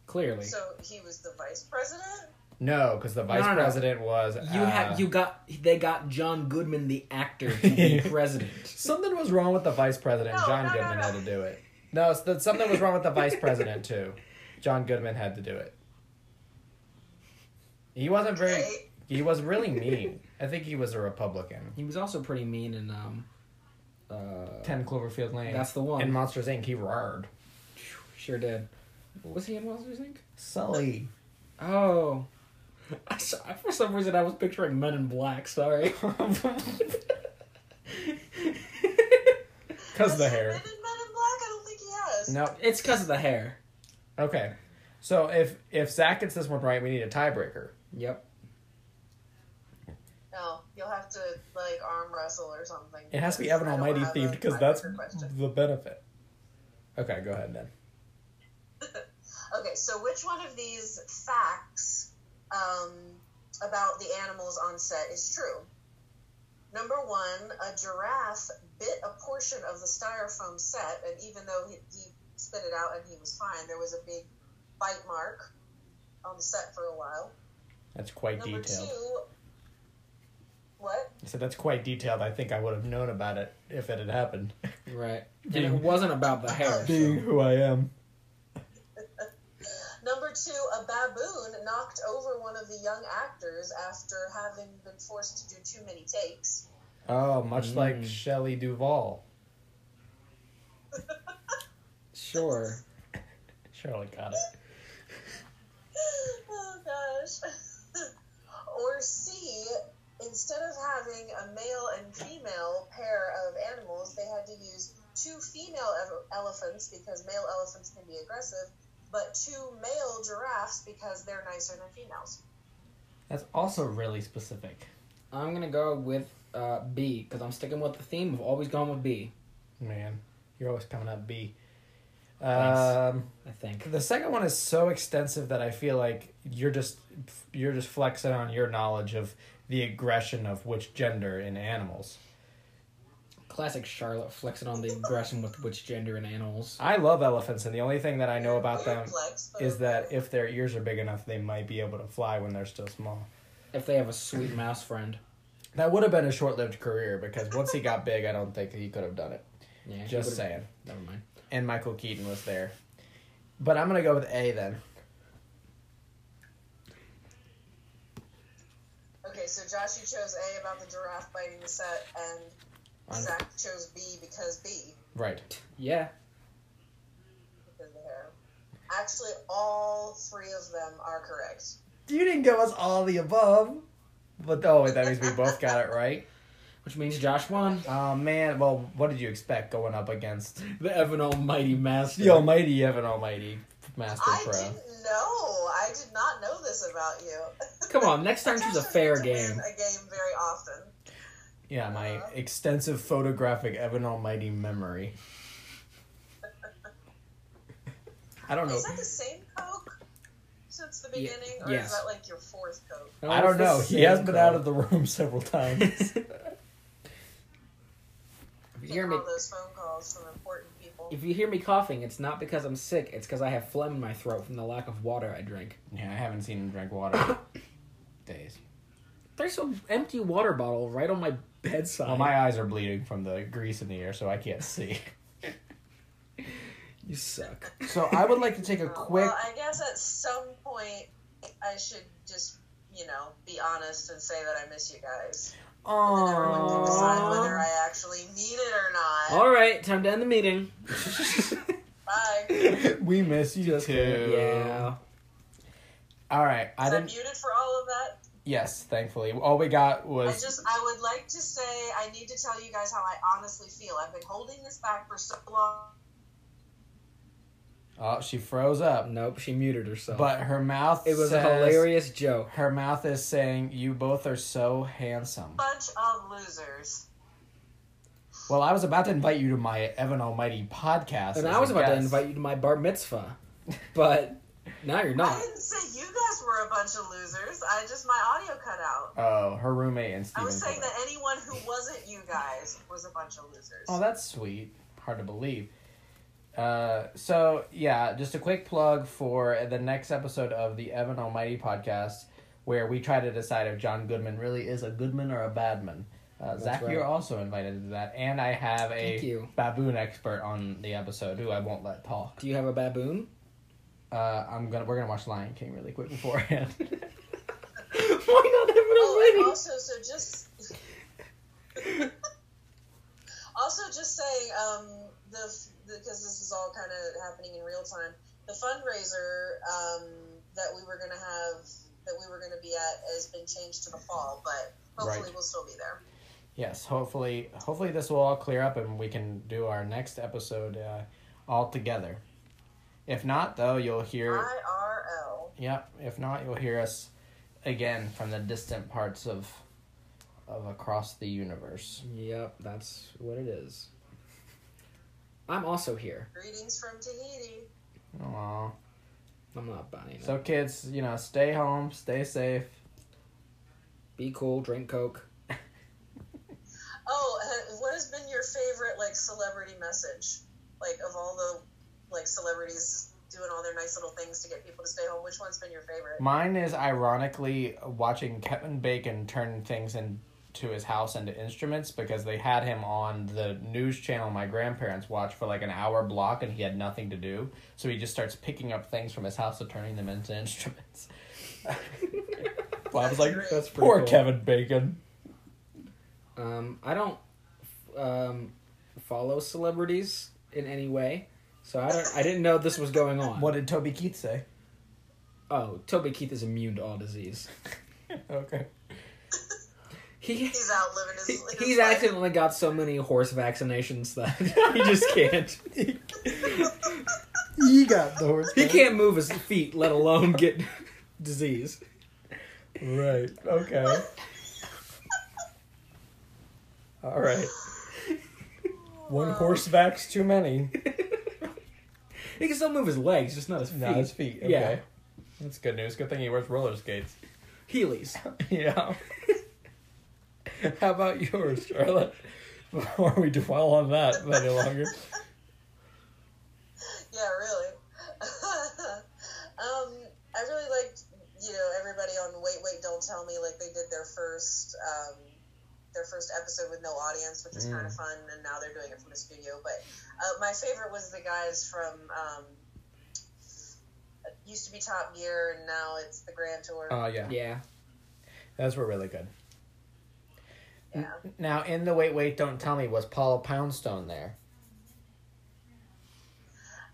[SPEAKER 2] Clearly,
[SPEAKER 3] So he was the vice president.
[SPEAKER 1] No, because the vice
[SPEAKER 2] no, no.
[SPEAKER 1] president was
[SPEAKER 2] you
[SPEAKER 1] uh,
[SPEAKER 2] have you got they got John Goodman the actor to be president.
[SPEAKER 1] Something was wrong with the vice president.
[SPEAKER 3] No,
[SPEAKER 1] John
[SPEAKER 3] no, no,
[SPEAKER 1] Goodman
[SPEAKER 3] no.
[SPEAKER 1] had to do it. No, it's that something was wrong with the vice president too. John Goodman had to do it. He wasn't very.
[SPEAKER 3] Okay.
[SPEAKER 1] He was really mean. I think he was a Republican.
[SPEAKER 2] He was also pretty mean in um. Uh,
[SPEAKER 1] Ten Cloverfield Lane.
[SPEAKER 2] That's the one.
[SPEAKER 1] In Monsters Inc. He roared.
[SPEAKER 2] sure did. Was he in Monsters Inc?
[SPEAKER 1] Sully.
[SPEAKER 2] Oh. I s- I- for some reason, I was picturing Men in Black. Sorry.
[SPEAKER 1] Cause the
[SPEAKER 3] Has he
[SPEAKER 1] hair.
[SPEAKER 3] Been in Men in Black? I don't think he has.
[SPEAKER 1] No.
[SPEAKER 2] it's because of the hair.
[SPEAKER 1] Okay. So if if Zach gets this one right, we need a tiebreaker.
[SPEAKER 2] Yep.
[SPEAKER 3] No, you'll have to like arm wrestle or something.
[SPEAKER 1] It has to be
[SPEAKER 3] because
[SPEAKER 1] Evan
[SPEAKER 3] I don't
[SPEAKER 1] Almighty
[SPEAKER 3] have a
[SPEAKER 1] themed because that's
[SPEAKER 3] tiebreaker question.
[SPEAKER 1] the benefit. Okay, go ahead then.
[SPEAKER 3] Okay, so which one of these facts um, about the animals on set is true? Number one, a giraffe bit a portion of the styrofoam set, and even though he, he spit it out and he was fine, there was a big bite mark on the set for a while.
[SPEAKER 1] That's quite
[SPEAKER 3] Number
[SPEAKER 1] detailed.
[SPEAKER 3] two, what?
[SPEAKER 1] So that's quite detailed. I think I would have known about it if it had happened.
[SPEAKER 2] Right. And it
[SPEAKER 1] Being-
[SPEAKER 2] wasn't about the hair. so-
[SPEAKER 1] Being who I am.
[SPEAKER 3] Number Number two, a baboon knocked over one of the young actors after having been forced to do too many takes.
[SPEAKER 1] Oh, much like
[SPEAKER 2] Mm.
[SPEAKER 1] Shelley Duvall.
[SPEAKER 2] Sure.
[SPEAKER 1] Shirley got it.
[SPEAKER 3] oh gosh. or C, instead of having a male and female pair of animals, they had to use two female ev- elephants because male elephants can be aggressive, but two male giraffes because they're nicer than females.
[SPEAKER 1] That's also really specific.
[SPEAKER 2] I'm gonna go with uh, B because I'm sticking with the theme of always going with B.
[SPEAKER 1] Man, you're always coming up B.
[SPEAKER 2] Thanks.
[SPEAKER 1] Um,
[SPEAKER 2] I think.
[SPEAKER 1] the second one is so extensive that I feel like you're just you're just flexing on your knowledge of the aggression of which gender in animals.
[SPEAKER 2] Classic Charlotte flexing on the aggression with which gender and animals.
[SPEAKER 1] I love elephants, and the only thing that I know about them
[SPEAKER 3] Complex, but
[SPEAKER 1] is that
[SPEAKER 3] okay.
[SPEAKER 1] if their ears are big enough, they might be able to fly when they're still small.
[SPEAKER 2] If they have a sweet mouse friend.
[SPEAKER 1] That would have been a short lived career because once he got big, I don't think he could have done it.
[SPEAKER 2] Yeah. he
[SPEAKER 1] Just
[SPEAKER 2] would've-
[SPEAKER 1] saying.
[SPEAKER 2] Never mind.
[SPEAKER 1] And Michael Keaton was there. But I'm going to go with A then.
[SPEAKER 3] Okay, so Josh, you chose A about the giraffe biting the set, and
[SPEAKER 1] I'm-
[SPEAKER 3] Zach chose B because B.
[SPEAKER 1] right.
[SPEAKER 2] Yeah.
[SPEAKER 3] Because of the hair. Actually, all three of them are correct.
[SPEAKER 1] You didn't give us all the above. But oh, wait, that means we both got it right.
[SPEAKER 2] Which means Josh won.
[SPEAKER 1] Oh, man. Well, what did you expect going up against
[SPEAKER 2] The Evan Almighty Master.
[SPEAKER 1] the almighty Evan Almighty Master
[SPEAKER 3] I
[SPEAKER 1] Pro?
[SPEAKER 3] didn't know. I did not know this about you.
[SPEAKER 2] Come on, next time choose a fair
[SPEAKER 3] Josh doesn't win
[SPEAKER 2] game.
[SPEAKER 3] A game very often.
[SPEAKER 1] Yeah, my
[SPEAKER 3] Uh,
[SPEAKER 1] extensive photographic Evan Almighty memory. I don't know.
[SPEAKER 3] Is that the same Coke since the
[SPEAKER 2] Ye-
[SPEAKER 3] beginning, or
[SPEAKER 2] yes.
[SPEAKER 3] is that like your fourth Coke?
[SPEAKER 2] Oh,
[SPEAKER 1] I don't know. He has been out of the room several times.
[SPEAKER 2] If
[SPEAKER 3] Taking
[SPEAKER 2] you hear me,
[SPEAKER 3] all those phone calls from important people.
[SPEAKER 2] if you hear me coughing, it's not because I'm sick. It's because I have phlegm in my throat from the lack of water I drink.
[SPEAKER 1] Yeah, I haven't seen him drink water days.
[SPEAKER 2] There's an empty water bottle right on my bedside.
[SPEAKER 1] Well, Oh, my eyes are bleeding from the grease in the air, so I can't see.
[SPEAKER 2] You suck.
[SPEAKER 1] So I would like to take a
[SPEAKER 3] Uh,
[SPEAKER 1] quick.
[SPEAKER 3] Well, I guess at some point I should just, you know, be honest and say that I miss you guys. And then everyone can decide whether
[SPEAKER 1] Aww.
[SPEAKER 3] I actually need it or not.
[SPEAKER 2] All right, time to end the meeting.
[SPEAKER 3] Bye.
[SPEAKER 1] We miss you too.
[SPEAKER 2] yeah.
[SPEAKER 1] All right. I
[SPEAKER 3] Is I
[SPEAKER 1] didn't.
[SPEAKER 3] muted for all of that?
[SPEAKER 1] Yes, thankfully, all we got
[SPEAKER 3] I
[SPEAKER 1] was
[SPEAKER 3] just, I would like to say, I need to tell you guys how I honestly feel. I've been holding this back for so long.
[SPEAKER 1] oh, she froze up,
[SPEAKER 2] Nope, she muted herself.
[SPEAKER 1] but her mouth.
[SPEAKER 2] it was a
[SPEAKER 1] says-
[SPEAKER 2] hilarious joke.
[SPEAKER 1] Her mouth is saying, "You both are so handsome."
[SPEAKER 3] Bunch of losers.
[SPEAKER 1] Well, I was about to invite you to my Evan Almighty podcast,
[SPEAKER 2] And
[SPEAKER 1] as
[SPEAKER 2] I was
[SPEAKER 1] a
[SPEAKER 2] about to
[SPEAKER 1] guest.
[SPEAKER 2] invite you to my bar mitzvah, but now you're
[SPEAKER 3] I
[SPEAKER 2] not.
[SPEAKER 3] didn't say you guys were a bunch of losers. I just, my audio cut out.
[SPEAKER 1] Oh, her roommate and
[SPEAKER 3] I
[SPEAKER 1] Steven.
[SPEAKER 3] was saying
[SPEAKER 1] Colbert.
[SPEAKER 3] that anyone who wasn't you guys was a bunch of losers.
[SPEAKER 1] Oh, that's sweet. Hard to believe. Uh, so yeah, just a quick plug for the next episode of the Evan Almighty podcast, where we try to decide if John Goodman really is a Goodman or a Badman. Uh,
[SPEAKER 2] That's
[SPEAKER 1] Zach,
[SPEAKER 2] right.
[SPEAKER 1] you're also invited to that, and I have
[SPEAKER 2] Thank
[SPEAKER 1] a
[SPEAKER 2] you.
[SPEAKER 1] baboon expert on the episode who I won't let talk.
[SPEAKER 2] Do you have a baboon?
[SPEAKER 1] Uh, I'm gonna we're gonna watch Lion King really quick beforehand.
[SPEAKER 2] Why
[SPEAKER 3] Oh, and
[SPEAKER 2] not
[SPEAKER 3] also, so just also just saying um, the because this is all kind of happening in real time. The fundraiser um, that we were gonna have that we were gonna be at has been changed to the fall, but hopefully
[SPEAKER 1] Right.
[SPEAKER 3] we'll still be there.
[SPEAKER 1] Yes, hopefully, hopefully this will all clear up and we can do our next episode uh, all together. If not, though, you'll hear.
[SPEAKER 3] IRL.
[SPEAKER 1] Yep. If not, you'll hear us again from the distant parts of, of across the universe.
[SPEAKER 2] Yep, that's what it is. I'm also here.
[SPEAKER 3] Greetings from Tahiti.
[SPEAKER 1] Aww.
[SPEAKER 2] I'm not buying it.
[SPEAKER 1] So kids, you know, stay home, stay safe.
[SPEAKER 2] Be cool, drink Coke.
[SPEAKER 3] Oh, uh, what has been your favorite like celebrity message? Like of all the like celebrities doing all their nice little things to get people to stay home, which one's been your favorite?
[SPEAKER 1] Mine is ironically watching Kevin Bacon turn things in to his house and to instruments because they had him on the news channel my grandparents watched for like an hour block and he had nothing to do. So he just starts picking up things from his house and turning them into instruments. Bob's like,
[SPEAKER 3] That's
[SPEAKER 1] poor
[SPEAKER 2] cool.
[SPEAKER 1] Kevin Bacon.
[SPEAKER 2] Um, I don't um, follow celebrities in any way, so I don't. I didn't know this was going on.
[SPEAKER 1] What did Toby Keith say?
[SPEAKER 2] Oh, Toby Keith is immune to all disease.
[SPEAKER 1] Okay.
[SPEAKER 2] He,
[SPEAKER 3] He's out living his.
[SPEAKER 2] he
[SPEAKER 3] his
[SPEAKER 2] he's
[SPEAKER 3] life.
[SPEAKER 2] accidentally got so many horse vaccinations that he just can't.
[SPEAKER 1] He got the horse.
[SPEAKER 2] He can't move his feet, let alone get disease.
[SPEAKER 1] Right. Okay. All right. One horse vax too many.
[SPEAKER 2] He can still move his legs, just not his feet.
[SPEAKER 1] Not his feet. Okay.
[SPEAKER 2] Yeah.
[SPEAKER 1] That's good news. Good thing he wears roller skates.
[SPEAKER 2] Heelys.
[SPEAKER 1] Yeah. How about yours, Charlotte? Before we dwell on that any longer.
[SPEAKER 3] Yeah, really. um, I really liked, you know, everybody on Wait, Wait, Don't Tell Me, like they did their first, um, their first episode with no audience, which was
[SPEAKER 1] Mm.
[SPEAKER 3] kind of fun, and now they're doing it from the studio. But uh, my favorite was the guys from, um, it used to be Top Gear, and now it's the Grand Tour.
[SPEAKER 1] Oh yeah.
[SPEAKER 2] Yeah.
[SPEAKER 1] Those were really good.
[SPEAKER 3] yeah.
[SPEAKER 1] Now in the wait wait don't tell me was Paula Poundstone there.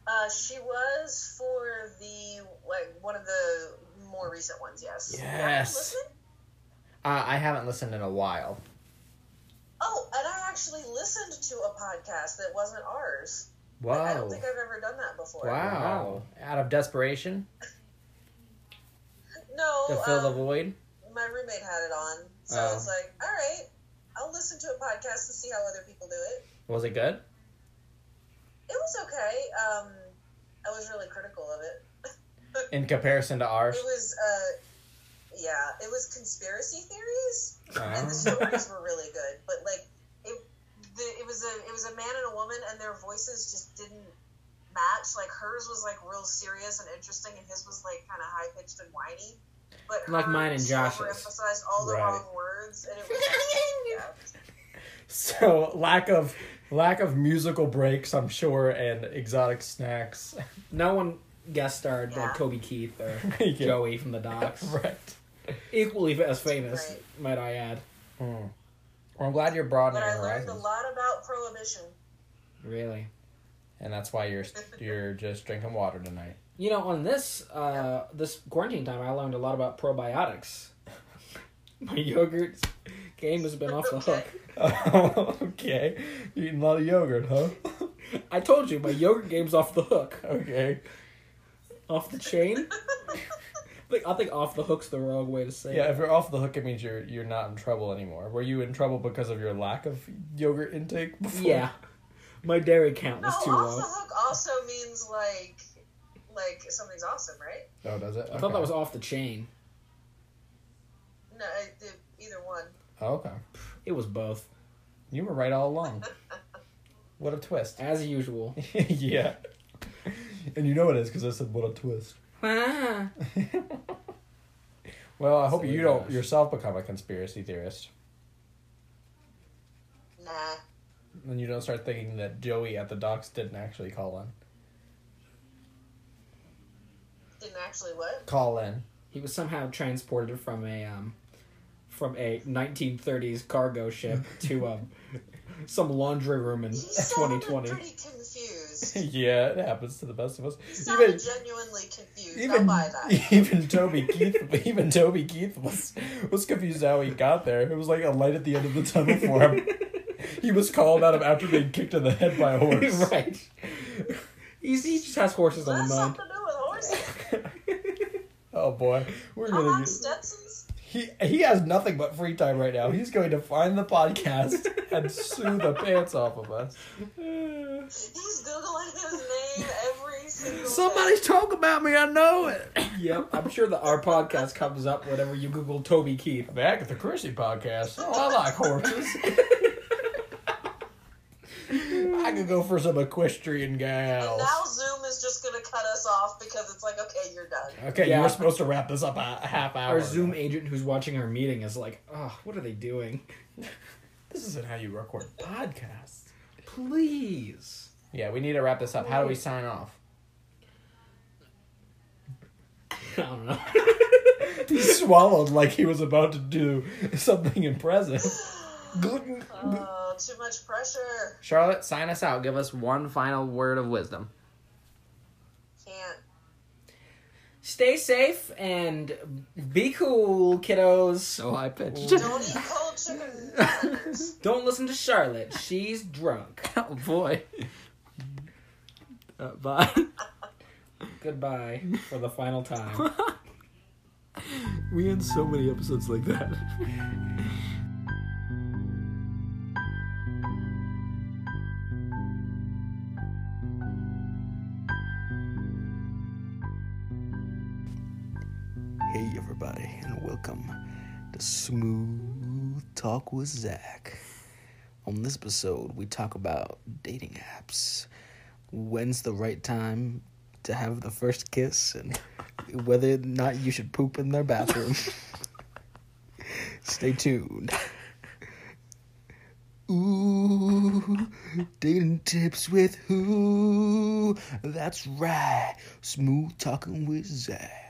[SPEAKER 3] Uh, she was for the like one of the more recent ones. Yes. Have you
[SPEAKER 1] Yes.
[SPEAKER 3] listened?
[SPEAKER 1] Uh, I haven't listened in a while.
[SPEAKER 3] Oh, and I actually listened to a podcast that wasn't ours.
[SPEAKER 1] Wow.
[SPEAKER 3] I don't think I've ever done that before.
[SPEAKER 1] Wow. Out of desperation
[SPEAKER 3] No,
[SPEAKER 1] to fill the
[SPEAKER 3] um,
[SPEAKER 1] void.
[SPEAKER 3] my roommate had it on, so I
[SPEAKER 1] Oh.
[SPEAKER 3] was like, all right, I'll listen to a podcast and see how other people do it.
[SPEAKER 1] Was it good?
[SPEAKER 3] It was okay. Um, I was really critical of it.
[SPEAKER 1] In comparison to ours?
[SPEAKER 3] It was, uh, yeah, it was conspiracy theories, and the
[SPEAKER 1] Oh.
[SPEAKER 3] stories were really good, but like, it, the, it was a it was a man and a woman, and their voices just didn't match. Like hers was like real serious and interesting, and his was like kind of high pitched and whiny. But
[SPEAKER 2] Like
[SPEAKER 3] hers
[SPEAKER 2] mine and Josh's.
[SPEAKER 3] overemphasized all the
[SPEAKER 1] Right.
[SPEAKER 3] wrong words, and it was just, yeah.
[SPEAKER 1] so lack of lack of musical breaks, I'm sure, and exotic snacks.
[SPEAKER 2] No one guest starred
[SPEAKER 3] Yeah.
[SPEAKER 2] like Toby Keith or
[SPEAKER 1] Yeah.
[SPEAKER 2] Joey from the docks.
[SPEAKER 1] right.
[SPEAKER 2] Equally as famous,
[SPEAKER 3] Right.
[SPEAKER 2] might I add.
[SPEAKER 1] Mm. Well, I'm glad you're broadening
[SPEAKER 3] But I
[SPEAKER 1] your
[SPEAKER 3] learned a
[SPEAKER 1] horizons,
[SPEAKER 3] lot about prohibition.
[SPEAKER 2] Really.
[SPEAKER 1] and that's why you're you're just drinking water tonight.
[SPEAKER 2] You know, on this uh, this quarantine time, I learned a lot about probiotics. My yogurt game has been off the hook.
[SPEAKER 1] Oh, okay. You're eating a lot of yogurt, huh?
[SPEAKER 2] I told you, my yogurt game's off the hook,
[SPEAKER 1] okay.
[SPEAKER 2] off the chain. I think, I think off the hook's the wrong way to say
[SPEAKER 1] Yeah,
[SPEAKER 2] it.
[SPEAKER 1] if you're off the hook, it means you're you're not in trouble anymore. Were you in trouble because of your lack of yogurt intake? Before?
[SPEAKER 2] Yeah, my dairy count
[SPEAKER 3] No,
[SPEAKER 2] was
[SPEAKER 3] off
[SPEAKER 2] too low.
[SPEAKER 3] the hook also means like like something's awesome, right?
[SPEAKER 1] Oh, does it?
[SPEAKER 2] I thought that was off the chain.
[SPEAKER 3] No, I- the- either one.
[SPEAKER 1] Oh, okay.
[SPEAKER 2] It was both,
[SPEAKER 1] You were right all along. What a twist.
[SPEAKER 2] as usual.
[SPEAKER 1] yeah. And you know it is because I said, what a twist.
[SPEAKER 2] Ah.
[SPEAKER 1] Well, I hope
[SPEAKER 2] Silly
[SPEAKER 1] you don't
[SPEAKER 2] gosh.
[SPEAKER 1] yourself become a conspiracy theorist.
[SPEAKER 3] Nah.
[SPEAKER 1] And you don't start thinking that Joey at the docks didn't actually call in.
[SPEAKER 3] Didn't actually what?
[SPEAKER 1] Call in.
[SPEAKER 2] He was somehow transported from a um, from a 1930s cargo ship to um, some laundry room in
[SPEAKER 3] He sounded
[SPEAKER 2] 2020.
[SPEAKER 3] pretty confused.
[SPEAKER 1] yeah, it happens to the best of us.
[SPEAKER 3] He
[SPEAKER 1] Even
[SPEAKER 3] sounded genuinely confused. I'll
[SPEAKER 1] even,
[SPEAKER 3] buy that.
[SPEAKER 1] even Toby Keith even Toby Keith was was confused how he got there. It was like a light at the end of the tunnel for him. he was called out of after being kicked in the head by a horse.
[SPEAKER 2] right. He's, he just has horses on
[SPEAKER 3] That's
[SPEAKER 2] the mind.
[SPEAKER 3] something to do with horses.
[SPEAKER 1] oh boy, we're
[SPEAKER 3] I
[SPEAKER 1] gonna
[SPEAKER 3] like
[SPEAKER 1] get,
[SPEAKER 3] Stetsons.
[SPEAKER 1] He he has nothing but free time right now. He's going to find the podcast and sue the pants off of us.
[SPEAKER 3] He's googling his name every single. day.
[SPEAKER 1] talk about me. I know it.
[SPEAKER 2] Yep, I'm sure that our podcast comes up whenever you Google Toby Keith.
[SPEAKER 1] The Agatha Christie podcast. Oh, I like horses. I could go for some equestrian
[SPEAKER 3] And
[SPEAKER 1] gals.
[SPEAKER 3] now Zoom is just gonna cut us off because it's like, okay, you're done.
[SPEAKER 1] Okay,
[SPEAKER 2] Yeah.
[SPEAKER 1] you were supposed to wrap this up a a half hour.
[SPEAKER 2] Our Zoom
[SPEAKER 1] ago.
[SPEAKER 2] agent who's watching our meeting is like, oh, what are they doing?
[SPEAKER 1] This isn't how you record podcasts.
[SPEAKER 2] Please.
[SPEAKER 1] Yeah, we need to wrap this up. How do we sign off?
[SPEAKER 2] I don't know.
[SPEAKER 1] He swallowed like he was about to do something impressive. Gluten.
[SPEAKER 3] Oh, too much pressure.
[SPEAKER 1] Charlotte, sign us out. Give us one final word of wisdom.
[SPEAKER 3] Can't.
[SPEAKER 2] Stay safe and be cool, kiddos.
[SPEAKER 1] So Oh, I pitched.
[SPEAKER 3] Don't eat cold chicken tenders.
[SPEAKER 2] Don't listen to Charlotte. She's drunk.
[SPEAKER 1] oh boy. Uh, bye.
[SPEAKER 2] Goodbye for the final time.
[SPEAKER 1] we end so many episodes like that.
[SPEAKER 6] Hey, everybody, and welcome to Smooth Talk with Zach. On this episode, we talk about dating apps, when's the right time to have the first kiss, and whether or not you should poop in their bathroom. Stay tuned. Ooh, dating tips with who? That's right, Smooth Talking with Zach.